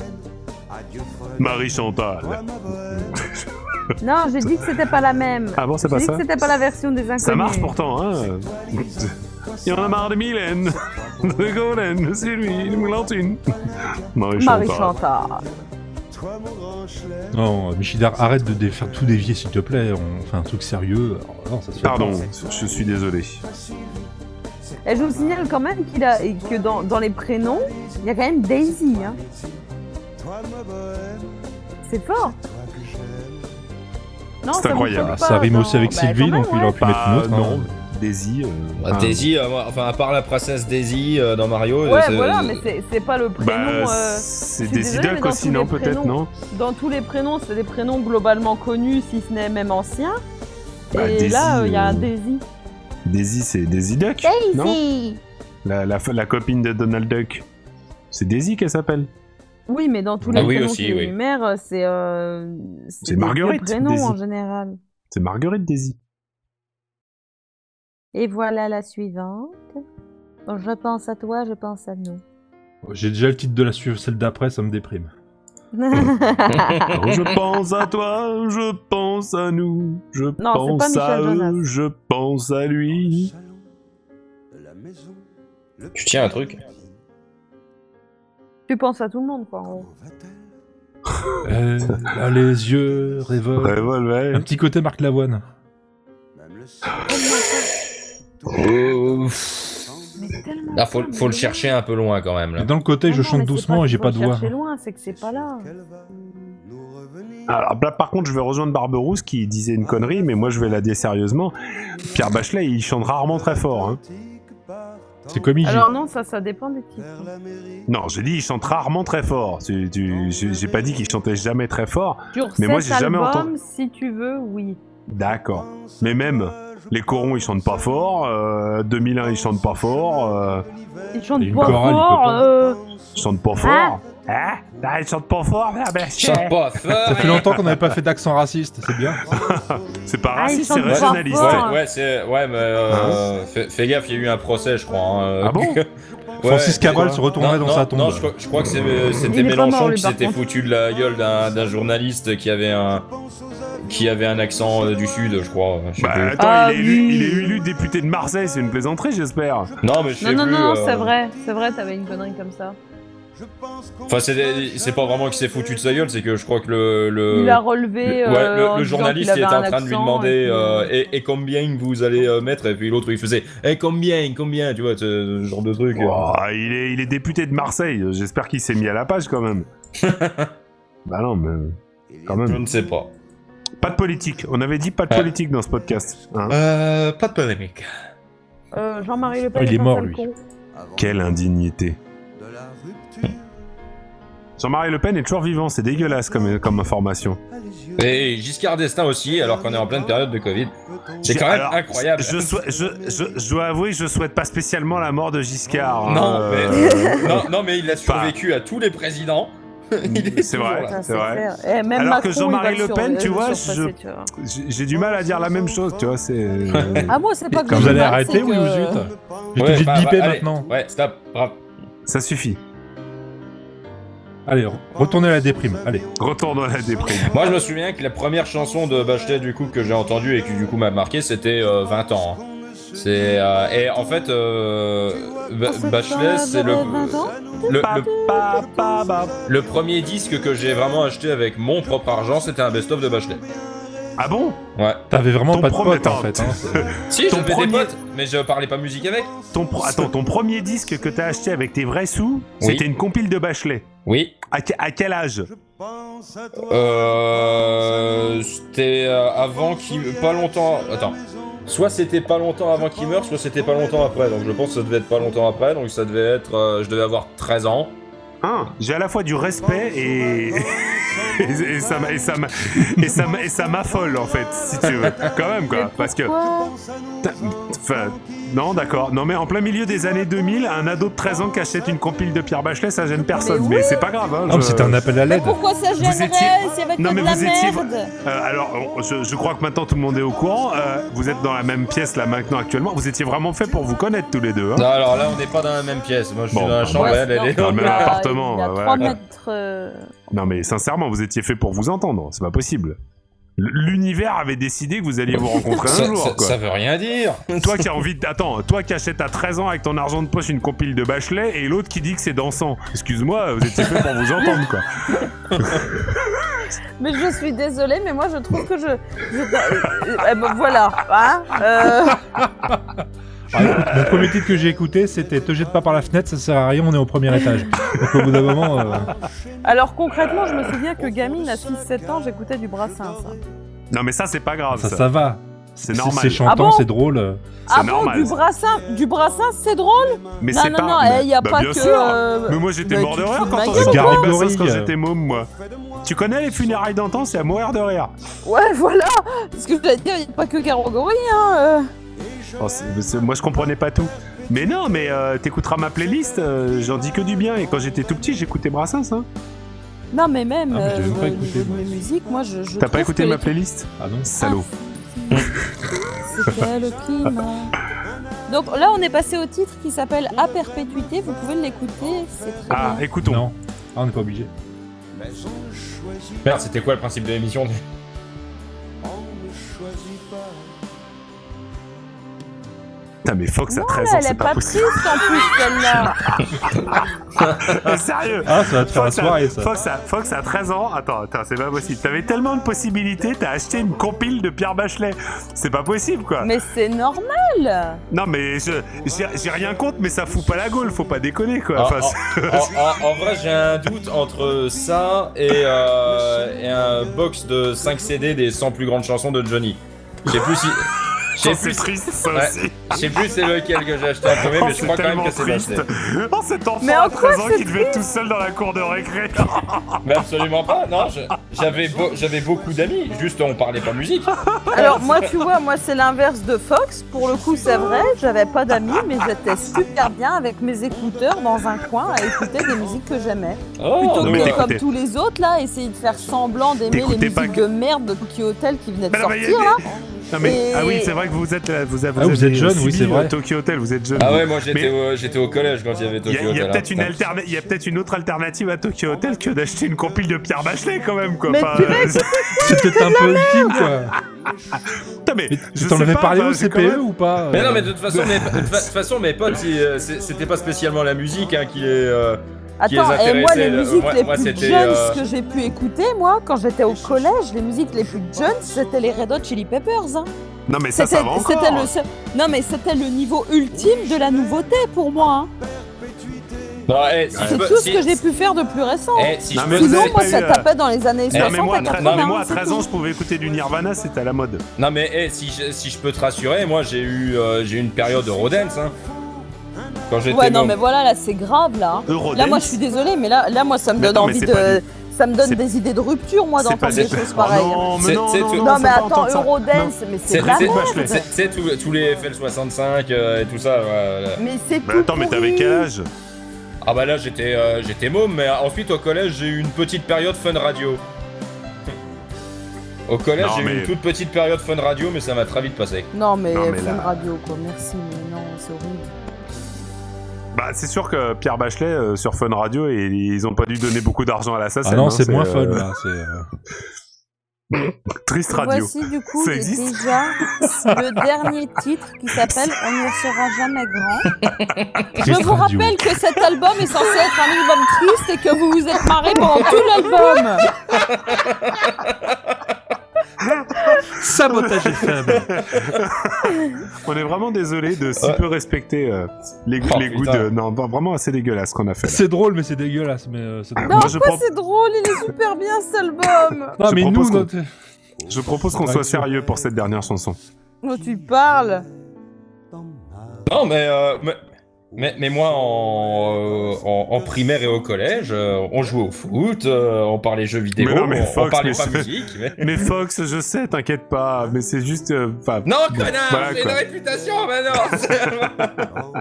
S6: adieu Freud,
S4: Marie
S6: toi
S4: Chantal.
S6: ma
S4: <laughs>
S6: bohème.
S1: Non, j'ai dit que c'était pas la même.
S4: Ah bon, c'est
S1: J'ai
S4: pas
S1: dit
S4: ça
S1: que c'était pas la version des inconnus.
S4: Ça marche pourtant, hein. Il y en a marre de Mylène, <laughs> de Golène, de Sylvie, de Moulantine. Marie
S1: Marie
S4: Chantal.
S1: Chantal.
S6: toi mon grand chelem,
S5: Non, Michidar, arrête de dé- faire tout dévier, s'il te plaît. On fait un truc sérieux. Alors, non, ça se fait
S4: Pardon,
S5: pas.
S4: je suis désolé.
S1: Et je vous signale quand même qu'il a, et que dans, dans les prénoms, il y a quand même Daisy. Hein.
S6: toi ma bohème,
S1: C'est fort.
S6: toi que j'aime.
S1: Non, ça
S4: C'est
S1: vous
S4: incroyable.
S5: Ah,
S1: choque
S5: ça
S1: pas,
S5: rime
S1: non.
S5: aussi avec
S1: Bah,
S5: Sylvie,
S1: quand même,
S5: donc il aurait
S1: ouais.
S5: pu mettre une
S4: Bah,
S5: autre.
S4: non,
S5: hein.
S4: Daisy. euh,
S2: Bah,
S1: Ah.
S4: enfin,
S2: Daisy, euh, moi, enfin à part la princesse Daisy euh, dans Mario, euh,
S1: Ouais,
S2: c'est-
S1: voilà, mais c'est- c'est pas le prénom.
S4: Bah,
S1: euh,
S4: c'est
S1: je suis
S4: Daisy
S1: désolée, mais
S4: Duck
S1: dans
S4: aussi,
S1: tous
S4: non
S1: les
S4: Peut-être,
S1: prénoms.
S4: non
S1: dans tous les prénoms, c'est des prénoms globalement connus, si ce n'est même anciens.
S4: Bah,
S1: Et
S4: Daisy,
S1: là, euh, il y a un
S4: euh,
S1: Daisy.
S4: Daisy, c'est Daisy Duck Non
S7: Daisy
S4: la, la, la copine de Donald Duck. C'est Daisy qu'elle s'appelle.
S1: Oui, mais dans tous
S2: Ah
S1: les
S2: oui,
S1: prénoms
S2: aussi,
S1: qu'il
S2: oui.
S1: énumère, euh, c'est. euh,
S4: C'est
S1: des vieux
S4: Marguerite,
S1: prénoms
S4: Daisy.
S1: en général.
S4: C'est Marguerite Daisy.
S1: Et voilà la suivante. Je pense à toi, je pense à nous.
S5: J'ai déjà le titre de la suivante, celle d'après, ça me déprime.
S4: Quand
S1: <laughs>
S4: je pense à toi, je pense à nous, je
S1: pas
S4: pense à
S1: Michel Jonas.
S4: eux, je pense à lui.
S2: Tu tiens un truc
S1: <laughs> tu penses à tout le monde, quoi. en gros.
S5: Elle a les yeux révoltent. Un
S4: Revolver.
S5: petit côté Marc Lavoine.
S2: Euh,
S1: Mais tellement
S4: Ah,
S2: Là,
S1: ça,
S2: faut,
S1: mais
S2: faut le
S1: non.
S2: chercher un peu loin quand même.
S5: Mais
S2: Là.
S5: Dans le côté,
S1: Ah Non,
S5: je
S1: non, mais
S5: chante
S1: c'est
S5: doucement et
S1: qu'il
S5: j'ai
S1: faut
S5: pas
S1: le
S5: de voix.
S1: chercher loin, c'est que c'est pas là.
S4: Alors là, par contre, je vais rejoindre Barberousse qui disait une connerie, mais moi je vais la dire sérieusement. Pierre Bachelet, il chante rarement très fort. hein.
S5: C'est comme Iggy.
S1: Alors non, ça, ça dépend des titres.
S4: Non, j'ai dit il chante rarement très fort. C'est- tu- J'ai j'ai pas dit qu'il chantait jamais très fort.
S1: Sur
S4: Mais moi,
S1: sept
S4: j'ai jamais
S1: albums,
S4: entendu-
S1: si tu veux, oui.
S4: D'accord. Mais même, les corons ils chantent pas fort, euh, 2001 ils chantent pas fort, euh,
S1: Ils chantent
S5: Et une
S1: pas
S5: chorale, il peut
S1: fort.
S5: pas.
S1: euh,
S4: ils chantent pas fort. Hein Ah, ben, Ils chantent pas fort, Pierre Bachelet
S2: Chante pas fort
S4: <laughs>
S5: Ça fait longtemps qu'on n'avait pas fait d'accent raciste, c'est bien.
S4: C'est pas
S1: Ah, ils
S4: raciste,
S1: chantent
S4: c'est
S1: pas fort.
S4: régionaliste.
S2: Ouais, ouais, c'est, ouais, mais euh, fais, fais gaffe, il y a eu un procès, je crois. hein. <laughs>
S4: Ah bon
S2: Ouais.
S5: Francis Cabral se retournerait
S2: Non,
S5: dans
S2: non,
S5: sa tombe.
S2: Non, je, crois- je crois que c'est- euh,
S1: Il
S2: c'était
S1: est pas
S2: Mélenchon
S1: mort, lui,
S2: qui
S1: par
S2: s'était
S1: contre.
S2: foutu de la gueule d'un d'un journaliste qui avait un qui avait un accent euh, du sud, je crois. je sais
S4: Bah
S2: plus.
S4: attends,
S1: Ah
S4: il, est élu,
S1: oui.
S4: il est élu député de Marseille, c'est une plaisanterie, j'espère. Ah,
S2: Non, mais je
S1: Non,
S2: sais
S1: non,
S2: plus,
S1: non,
S2: euh,
S1: c'est vrai. C'est vrai, t'avais une connerie comme ça.
S2: Enfin, c'est c'est pas vraiment qu'il s'est foutu de sa gueule, c'est que je crois que le le
S1: Il a relevé. euh,
S2: le- ouais, le-
S1: en
S2: le,
S1: disant
S2: journaliste
S1: qu'il
S2: il était
S1: avait
S2: en
S1: un
S2: train de lui
S1: accent,
S2: demander
S1: et puis,
S2: euh, et, et combien vous allez euh, mettre et puis l'autre il faisait et combien combien tu vois ce ce genre de truc.
S4: Oh, il, est, il est député de Marseille, j'espère qu'il s'est mis à la page
S2: <laughs>
S4: quand même. bah non, mais quand
S2: Je
S4: même.
S2: ne sais pas.
S4: Pas de politique, on avait dit pas de politique dans ce podcast. hein.
S2: Euh, pas de polémique.
S1: euh, Jean-Marie Le Pen.
S5: Ah, il est
S1: un
S5: mort,
S1: sale
S5: lui.
S1: con.
S4: Quelle indignité.
S6: De la rupture
S4: Jean-Marie Le Pen est toujours vivant, c'est dégueulasse comme, comme information.
S6: à les yeux.
S2: Et Giscard d'Estaing aussi, alors qu'on est en pleine période de Covid. Eh, C'est
S1: Bah,
S4: J'ai-
S2: quand même
S4: alors,
S2: incroyable.
S4: Je, sou- je, je, je dois avouer, je souhaite pas spécialement la mort de Giscard. hein,
S2: Non, mais,
S4: euh,
S2: non, non, mais il a survécu à tous les présidents. Il est
S4: <laughs> C'est
S2: toujours
S4: vrai.
S2: là.
S1: Ça,
S4: c'est vrai.
S1: clair. Eh, même
S4: Alors que
S1: Macron, il va
S4: Jean-Marie Le
S1: sur-
S4: Pen, tu
S1: le
S4: vois,
S1: surpasser,
S4: je-
S1: tu vois.
S4: J'ai j'ai du mal à dire la même chose, tu vois, c'est...
S2: <laughs>
S7: Ah moi c'est pas que
S5: Vous
S7: je
S5: allez
S7: mal,
S5: arrêter,
S7: c'est
S5: oui,
S7: que-
S5: ou zut J'étais
S2: Ouais,
S5: obligé
S2: bah,
S5: de biper
S2: bah, allez.
S5: maintenant.
S2: Ouais, stop. bravo.
S4: Ça suffit.
S5: Allez, re- retournez à la déprime. Allez.
S4: Retourne dans la déprime.
S2: Moi, je me souviens que la première chanson de Bachelet, du coup, que j'ai entendue et qui, du coup, m'a marqué, c'était euh, 20 ans. hein. C'est euh, et en fait euh, Ba- Bachelet c'est le, le le-
S4: Pa, pa, pa.
S2: le premier disque que j'ai vraiment acheté avec mon propre argent c'était un best-of de Bachelet.
S4: Ah bon
S2: Ouais.
S5: T'avais vraiment
S4: Ton
S5: pas de
S4: premier
S5: potes en
S4: temps.
S5: fait.
S2: <laughs>
S5: hein.
S2: Si
S4: Ton
S2: j'avais des
S4: premier-
S2: potes mais je parlais pas musique avec.
S4: ton pro- Attends, ton premier disque que t'as acheté avec tes vrais sous,
S2: Oui.
S4: c'était une compile de Bachelet.
S2: Oui.
S4: À, que- à quel âge
S2: Euh, c'était euh, avant qu'il pas longtemps. Attends. Soit c'était pas longtemps avant qu'il meure, soit c'était pas longtemps après. Donc je pense que ça devait être pas longtemps après. Donc ça devait être. euh, je devais avoir 13 ans.
S4: Hein J'ai à la fois du respect et... <laughs> et, et ça m'a- et ça m'a- et ça m'a- et ça m'affole en fait, si tu veux. Quand même quoi, parce que... T'as- Enfin, non, d'accord. Non, mais en plein milieu des années 2000, un ado de 13 ans qui achète une compile de Pierre Bachelet, ça gêne personne.
S7: Mais
S4: Mais, c'est pas grave. Hein,
S5: Non, Ah, mais
S4: je-
S2: Euh,
S5: c'était un appel à
S7: Mais
S5: l'aide.
S7: pourquoi ça gênerait
S4: étiez-
S7: C'est avec
S4: Non,
S7: de
S4: mais
S7: la
S4: vous étiez-
S7: merde.
S4: Euh, alors, on- je, je crois que maintenant tout le monde est au courant. Euh, vous êtes dans la même pièce là maintenant actuellement. Vous étiez vraiment fait pour vous connaître tous les deux. Hein
S2: Non, alors là on n'est pas dans la même pièce. Moi je suis
S4: Bon,
S2: dans la
S4: bah,
S2: chambre.
S7: ouais,
S2: elle, elle est
S4: Dans le même
S7: Il y a-
S4: appartement,
S7: Il y a
S4: ouais,
S7: 3
S4: ouais.
S7: mètres. euh,
S4: Non, mais sincèrement, vous étiez fait pour vous entendre. C'est pas possible. L- L'univers avait décidé que vous alliez vous rencontrer un
S2: Ça,
S4: jour.
S2: ça-
S4: quoi.
S2: ça veut rien dire.
S4: Toi qui as envie de... Attends, toi qui achètes à 13 ans avec ton argent de poche une compile de Bachelet et l'autre qui dit que c'est dansant. Excuse-moi, vous étiez fait pour vous entendre, quoi.
S7: Mais je suis désolée, mais moi je trouve que je.
S1: Euh, eh ben, voilà. hein, euh,
S5: Ah, écoute, le premier titre que j'ai écouté, c'était Te jette pas par la fenêtre, ça sert à rien, on est au premier étage. Donc au bout d'un moment. euh,
S1: Alors concrètement, je me souviens que gamine à 6-7 ans, j'écoutais du brassin. Ça.
S4: Non, mais ça, c'est pas grave.
S5: Ça,
S4: Ah, Ça,
S5: ça va.
S4: C'est normal.
S5: C'est chantant,
S1: Ah bon
S5: c'est drôle. euh.
S4: C'est
S1: Ah bon,
S4: normal.
S1: du brassin, du brassin, c'est drôle.
S4: Mais
S7: Non,
S4: c'est
S7: non,
S4: pas...
S7: non, il n'y a
S4: Bah,
S7: pas
S4: bien
S7: que.
S4: sûr.
S7: euh,
S4: Mais moi j'étais
S7: mais
S4: mort
S7: tu
S4: de
S7: te
S4: rire
S7: fous de
S4: quand
S7: ma
S4: on
S7: gueule
S5: ou quoi
S4: Bassens quand
S5: Gorille.
S4: j'étais môme, moi. Tu connais les funérailles d'antan, c'est à mourir de rire.
S7: Ouais, voilà. Parce que je voulais dire, il n'y a pas que Garogori, hein.
S4: Oh, c'est- c'est- moi je comprenais pas tout. Mais non, mais euh, t'écouteras ma playlist, euh, j'en dis que du bien. Et quand j'étais tout petit, j'écoutais Brassens. Hein.
S7: euh. Non, mais même.
S5: Ah, mais j'avais
S7: euh,
S5: pas
S7: au
S5: écouté,
S7: niveau de
S5: moi.
S7: mes musiques, moi je. je
S4: T'as pas
S7: trouve
S4: écouté
S7: que
S4: ma
S7: les-
S4: playlist
S5: Ah non.
S4: Salaud.
S7: C'était le climat. Donc là, on est passé au titre qui s'appelle À perpétuité. Vous pouvez l'écouter. C'est très
S4: Ah,
S7: bien.
S4: écoutons.
S5: Non. Ah, on n'est pas obligé.
S6: Mais on choisit,
S2: Merde, c'était quoi le principe de l'émission
S6: on ne choisit pas.
S4: Putain, mais Fox à
S1: Non,
S4: 13
S1: mais
S4: ans,
S1: elle est
S4: c'est pas
S1: pas
S4: possible.
S1: triste en
S4: <laughs>
S1: plus, celle-là.
S4: Mais Sérieux
S5: Ah, ça va te faire la
S4: Fox,
S5: soirée,
S4: a,
S5: ça.
S4: Fox, a, Fox a 13 ans. Attends, attends, c'est pas possible. T'avais tellement de possibilités, t'as acheté une compile de Pierre Bachelet. C'est pas possible, quoi.
S1: Mais c'est normal.
S4: Non, mais je- j'ai j'ai rien contre, mais ça fout pas la gaule, faut pas déconner, quoi.
S2: Ah,
S4: Enfin,
S2: ah.
S4: c'est-
S2: en, en- en vrai, j'ai un doute entre ça et, euh, et un box de 5 CD des 100 plus grandes chansons de Johnny. Je sais plus si. Je sais
S4: <laughs> c'est
S2: plus, si-
S4: triste, ça
S2: Ouais.
S4: aussi.
S2: je sais plus c'est lequel que j'ai acheté en premier,
S4: Oh,
S2: mais je
S4: c'est
S2: crois quand même
S4: tellement
S2: que c'est
S4: triste.
S2: passé.
S4: Oh, cet enfant
S1: Mais en
S4: à
S1: quoi
S4: 13 ans
S1: c'est
S4: qui devait être tout seul dans la cour
S1: <laughs>
S4: de récré.
S2: Mais absolument pas, non, je- j'avais beau- j'avais beaucoup d'amis, juste on parlait pas musique.
S1: Alors moi, tu vois, moi c'est l'inverse de Fox. Pour le coup, c'est vrai, j'avais pas d'amis, mais j'étais super bien avec mes écouteurs dans un coin à écouter des musiques que j'aimais. Plutôt
S2: Oh,
S4: mais
S1: que
S4: t'écoutais-
S1: comme tous les autres là, essayer de faire semblant d'aimer les
S4: T'écoutais
S1: musiques
S4: pas que-
S1: de merde de Tokyo Hotel qui venaient de
S4: Mais non, mais il y a
S1: sortir. là.
S4: Non, mais,
S1: Et-
S4: ah oui, c'est vrai que vous êtes là, vous, avez-
S5: Ah, vous
S4: avez
S5: êtes jeune, oui,
S4: subi,
S5: c'est vrai.
S4: euh, Tokyo Hotel, vous êtes jeune.
S2: Ah ouais, moi j'étais
S4: Mais-
S2: au, j'étais au collège quand il y avait
S4: Il y
S2: Tokyo
S4: a, il y a
S2: Hotel,
S4: peut-être
S2: hein.
S4: une, alterna- il y a peut-être une autre alternative à Tokyo Hotel que d'acheter une compile de Pierre Bachelet quand même quoi.
S1: Mais
S4: Enfin, euh,
S5: C'était un peu ultime, quoi.
S4: Putain, mais
S5: Mais
S4: je
S5: tu t'en avais
S4: sais pas,
S5: parlé
S4: bah,
S5: au
S4: c'est quand
S5: CPE
S4: même-
S5: ou pas
S2: Mais
S5: euh,
S2: non, mais de toute façon, mes, de toute fa- façon, mes potes, ils, euh, c'est- c'était pas spécialement la musique hein, qui les. euh, qui les
S1: Attends, et moi
S2: intéressait,
S1: les
S4: euh,
S2: là.
S1: musiques
S2: Moi-
S1: les
S2: moi,
S1: plus
S2: c'était,
S1: jeunes
S2: euh,
S1: que j'ai pu écouter, moi, quand j'étais au collège, les musiques les plus jeunes, c'était les Red Hot Chili Peppers. hein.
S4: Non mais ça, ça
S1: C'était-
S4: va
S1: c'était
S4: encore. hein.
S1: le seul- Non mais c'était le niveau ultime de la nouveauté pour moi. hein.
S2: Non, eh,
S4: Ah,
S2: si je
S1: C'est
S4: bah,
S2: peux-
S1: tout ce
S2: si-
S1: que j'ai pu faire de plus récent.
S2: eh, si
S4: Non,
S2: je
S4: mais
S2: peux-
S4: vous
S1: Sinon,
S4: avez
S1: moi,
S4: pas
S1: ça
S4: eu, euh,
S1: tapait dans les années
S4: Non
S1: 60
S4: mais, moi, à
S1: à
S4: 13
S1: 80.
S4: non, mais moi, à
S1: c'est
S4: 13
S1: tout.
S4: ans je pouvais écouter du Nirvana, c'était à la mode.
S2: Non mais eh, si, je, si je peux te rassurer, moi j'ai eu euh, j'ai eu une période de rodance hein. Quand j'étais
S1: Ouais, non,
S2: môme.
S1: mais voilà, là, c'est grave, là. hein.
S4: Eurodance.
S1: Là, moi, je suis désolée, mais là, là moi, ça me
S4: Mais
S1: donne
S4: attends, mais
S1: envie
S4: c'est
S1: de.
S4: pas
S1: Ça me donne
S4: c'est-
S1: des idées de rupture, moi,
S4: C'est pas
S1: d'entendre
S4: des-
S1: des choses
S4: Oh
S1: pareilles. hein.
S4: non, mais
S2: C'est-
S4: non,
S2: c'est-
S4: non,
S2: non,
S4: non,
S1: Non,
S4: c'est
S1: mais
S4: pas
S1: attends,
S4: entendre ça.
S1: Eurodance, mais c'est
S2: C'est
S1: de la
S2: c'est-
S1: merde.
S4: Bachelet.
S2: c'est- c'est tous tous les FL65 euh, et tout ça. ouais, ouais.
S1: Mais c'est
S4: Mais
S1: tout
S4: Bah, attends, mais t'avais
S1: pourri.
S4: quel âge
S2: Ah bah là j'étais euh, j'étais môme, mais ensuite au collège j'ai eu une petite période fun radio. Au collège
S4: Non,
S2: j'ai eu
S4: mais-
S2: une toute petite période fun radio, mais ça m'a très vite passé.
S1: Non, mais,
S4: Non, mais
S1: Fun
S4: là-
S1: radio, quoi. Merci, mais non, c'est horrible.
S4: Bah c'est sûr que Pierre Bachelet euh, sur Fun Radio et ils ont pas dû donner beaucoup d'argent à l'assassin.
S5: Ah non, c'est moins fun,
S4: euh,
S5: là. c'est, euh,
S4: Triste radio.
S1: Voici, du coup,
S4: Ça
S1: le-
S4: existe
S1: déjà
S4: <laughs>
S1: le dernier titre qui s'appelle On ne sera jamais grand. Je
S5: triste
S1: vous
S5: radio.
S1: rappelle que cet album est censé être un album triste et que vous vous êtes marré pendant tout l'album.
S5: Sabotage FM
S4: On est vraiment désolé de si
S2: Ouais.
S4: peu respecter euh, les, goûts-
S2: Oh,
S4: les goûts
S2: putain.
S4: de. Non, bah, vraiment assez dégueulasse ce qu'on a fait. là.
S5: <laughs> C'est drôle, mais c'est dégueulasse. Mais euh, c'est drôle.
S1: Non,
S4: Moi, je
S1: quoi,
S4: prends-
S1: c'est drôle, il est super bien cet album.
S5: Non,
S4: Je
S5: mais nous,
S4: propose qu'on-
S5: notre...
S4: Je propose qu'on
S5: Ouais,
S4: soit
S5: tu-
S4: sérieux pour cette dernière chanson.
S1: Dont Oh, tu parles.
S2: Non mais euh, mais, mais, mais moi en, euh, en, en primaire et au collège, euh, on jouait au foot, euh, on parlait jeux vidéo,
S4: Mais non, mais
S2: on, on
S4: Fox,
S2: parlait
S4: mais
S2: pas
S4: c'est-
S2: musique.
S4: <laughs>
S2: mais-
S4: Mais Fox, je sais, t'inquiète pas, mais c'est juste. euh, enfin,
S2: Non,
S4: bon,
S2: connard,
S4: voilà,
S2: j'ai une
S4: bah, quoi.
S2: réputation maintenant.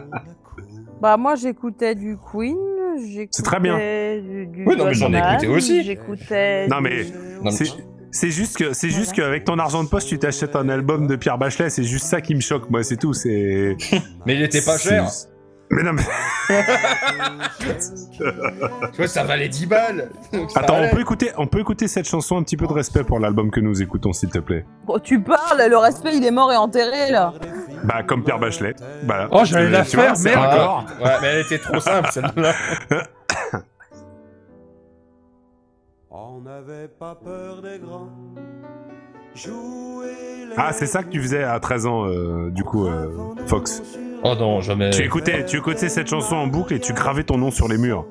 S1: Bah moi j'écoutais du Queen, j'écoutais
S4: C'est très bien.
S1: du, du
S2: Oui, non, mais j'en ai
S1: Goldman,
S2: écouté aussi.
S1: J'écoutais
S4: Non,
S1: du-
S4: mais-
S2: Non, mais-
S4: C'est- C'est juste que c'est juste qu'avec ton argent de poste, tu t'achètes un album de Pierre Bachelet. C'est juste ça qui me choque, moi. C'est tout. C'est.
S2: <laughs> mais il était pas cher.
S4: C'est- Mais non, mais
S2: Tu vois, ça valait 10 balles. Donc ça
S4: attends,
S2: allait.
S4: on peut écouter, on peut écouter cette chanson un petit peu de respect pour l'album que nous écoutons, s'il te plaît.
S1: Bon, Oh, tu parles, le respect il est mort et enterré là.
S4: Bah comme Pierre Bachelet. Bah,
S5: Oh, j'allais la
S4: tu vois,
S5: faire,
S4: c'est
S5: merde.
S4: raccord.
S2: Ouais, mais elle était trop simple
S4: <laughs>
S2: celle-là.
S6: On n'avait pas peur des grands. Jouer les
S4: Ah, c'est ça que tu faisais à 13 ans, euh, du coup, euh, Fox.
S2: Oh non, jamais.
S4: Tu écoutais, tu écoutais cette chanson en boucle et tu gravais ton nom sur les murs.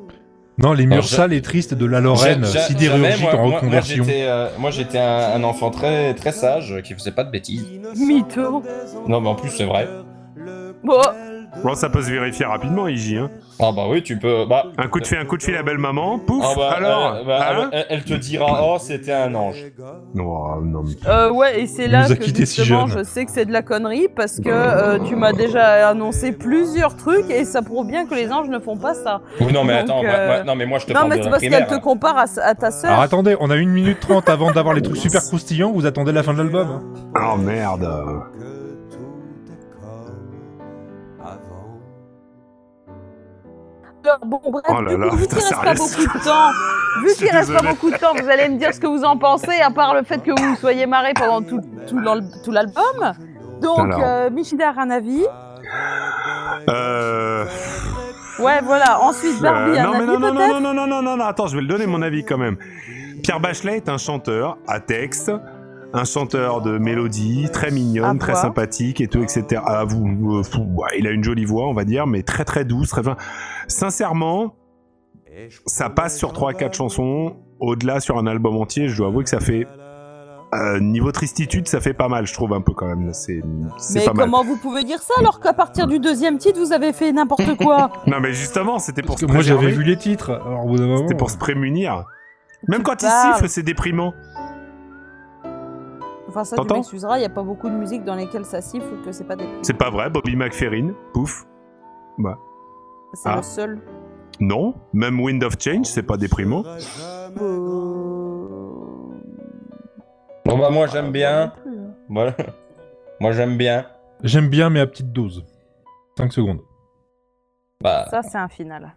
S5: Non, les murs
S2: je-
S5: sales et tristes de la
S2: J'ai-
S5: Lorraine, euh,
S2: j'a-
S5: sidérurgique
S2: jamais, moi-
S5: en
S2: moi-
S5: reconversion.
S2: Moi, j'étais, euh, moi, j'étais un, un enfant très, très sage qui faisait pas de bêtises.
S1: Mytho.
S2: Non, mais en plus, c'est vrai.
S1: Bon,
S4: Bon, ça peut se vérifier rapidement, Igi. Hein.
S2: Ah bah oui, tu peux. Bah,
S4: Un coup de fil, un coup de fil à belle maman. Pouf.
S2: ah bah,
S4: alors.
S2: euh, bah,
S4: hein
S2: elle, elle te dira, oh, c'était un ange.
S4: Non, non, mais-
S1: euh, ouais et c'est
S5: Il
S1: là
S5: nous a
S1: que
S5: quittés si
S1: justement
S5: jeunes.
S1: je sais que c'est de la connerie parce que euh, tu m'as déjà annoncé plusieurs trucs et ça prouve bien que les anges ne font pas ça.
S2: Oui, non,
S1: Donc,
S2: mais attends,
S1: euh,
S2: moi- moi- non, mais moi, je te
S1: Non
S2: parle
S1: mais
S2: de
S1: c'est
S2: la
S1: parce qu'elle
S2: primaire.
S1: te compare à, sa- à ta sœur.
S4: Ah.
S5: Alors attendez, on a une minute trente avant d'avoir
S4: <laughs>
S5: les trucs super croustillants, vous attendez la fin de l'album. hein.
S4: Oh merde.
S6: Que tout est comme avant.
S1: Alors, bon, bref,
S4: Oh là
S1: du
S4: là,
S1: coup, vu
S4: Oh
S1: qu'il
S4: putain,
S1: reste
S4: ça
S1: pas
S4: reste.
S1: beaucoup de temps, Vu
S4: Je suis
S1: qu'il reste pas
S4: désolé.
S1: beaucoup de temps, vous allez me dire ce que vous en pensez, à part le fait que vous soyez marré pendant tout, tout l'al- tout l'album. Donc,
S4: Alors.
S1: euh, Michidar, un avis.
S4: Euh,
S1: Ouais, voilà. Ensuite, Barbie,
S4: euh,
S1: un
S4: non, mais
S1: avis
S4: non, non,
S1: peut-être.
S4: non, non, non, non, non, non, non, attends, je vais le donner mon avis quand même. Pierre Bachelet est un chanteur à texte, un chanteur de mélodie, très
S1: À
S4: mignonne, très
S1: voix.
S4: sympathique et tout, etc. Ah, vous, vous- vous- ouais, il a une jolie voix, on va dire, mais très très douce, très fin. Sincèrement, ça passe sur 3-4 chansons, au-delà sur un album entier, je dois avouer que ça fait. euh, niveau tristitude, ça fait pas mal, je trouve un peu quand même. C'est c'est
S7: Mais
S4: pas mal.
S7: comment vous pouvez dire ça alors qu'à partir du deuxième titre, vous avez fait n'importe quoi
S4: Non, mais justement, c'était pour
S5: Parce que
S4: se
S5: moi j'avais
S4: préserver.
S5: vu les titres. Alors au bout d'un moment.
S4: C'était pour se prémunir. Même quand il
S7: parles.
S4: siffle, c'est déprimant.
S7: Enfin, ça, tu
S4: T'entends
S7: m'excuseras, il n'y a pas beaucoup de musique dans lesquelles ça siffle que c'est pas des.
S4: C'est pas vrai, Bobby McFerrin, pouf.
S7: C'est
S4: Ah.
S7: le seul.
S4: Non, même Wind of Change, c'est pas déprimant.
S6: Euh,
S7: Euh,
S2: Bon bah moi j'aime bien.
S7: hein.
S2: Voilà. Moi j'aime bien.
S5: J'aime bien mais à petite dose. 5 secondes.
S2: Bah
S1: Ça, c'est un final.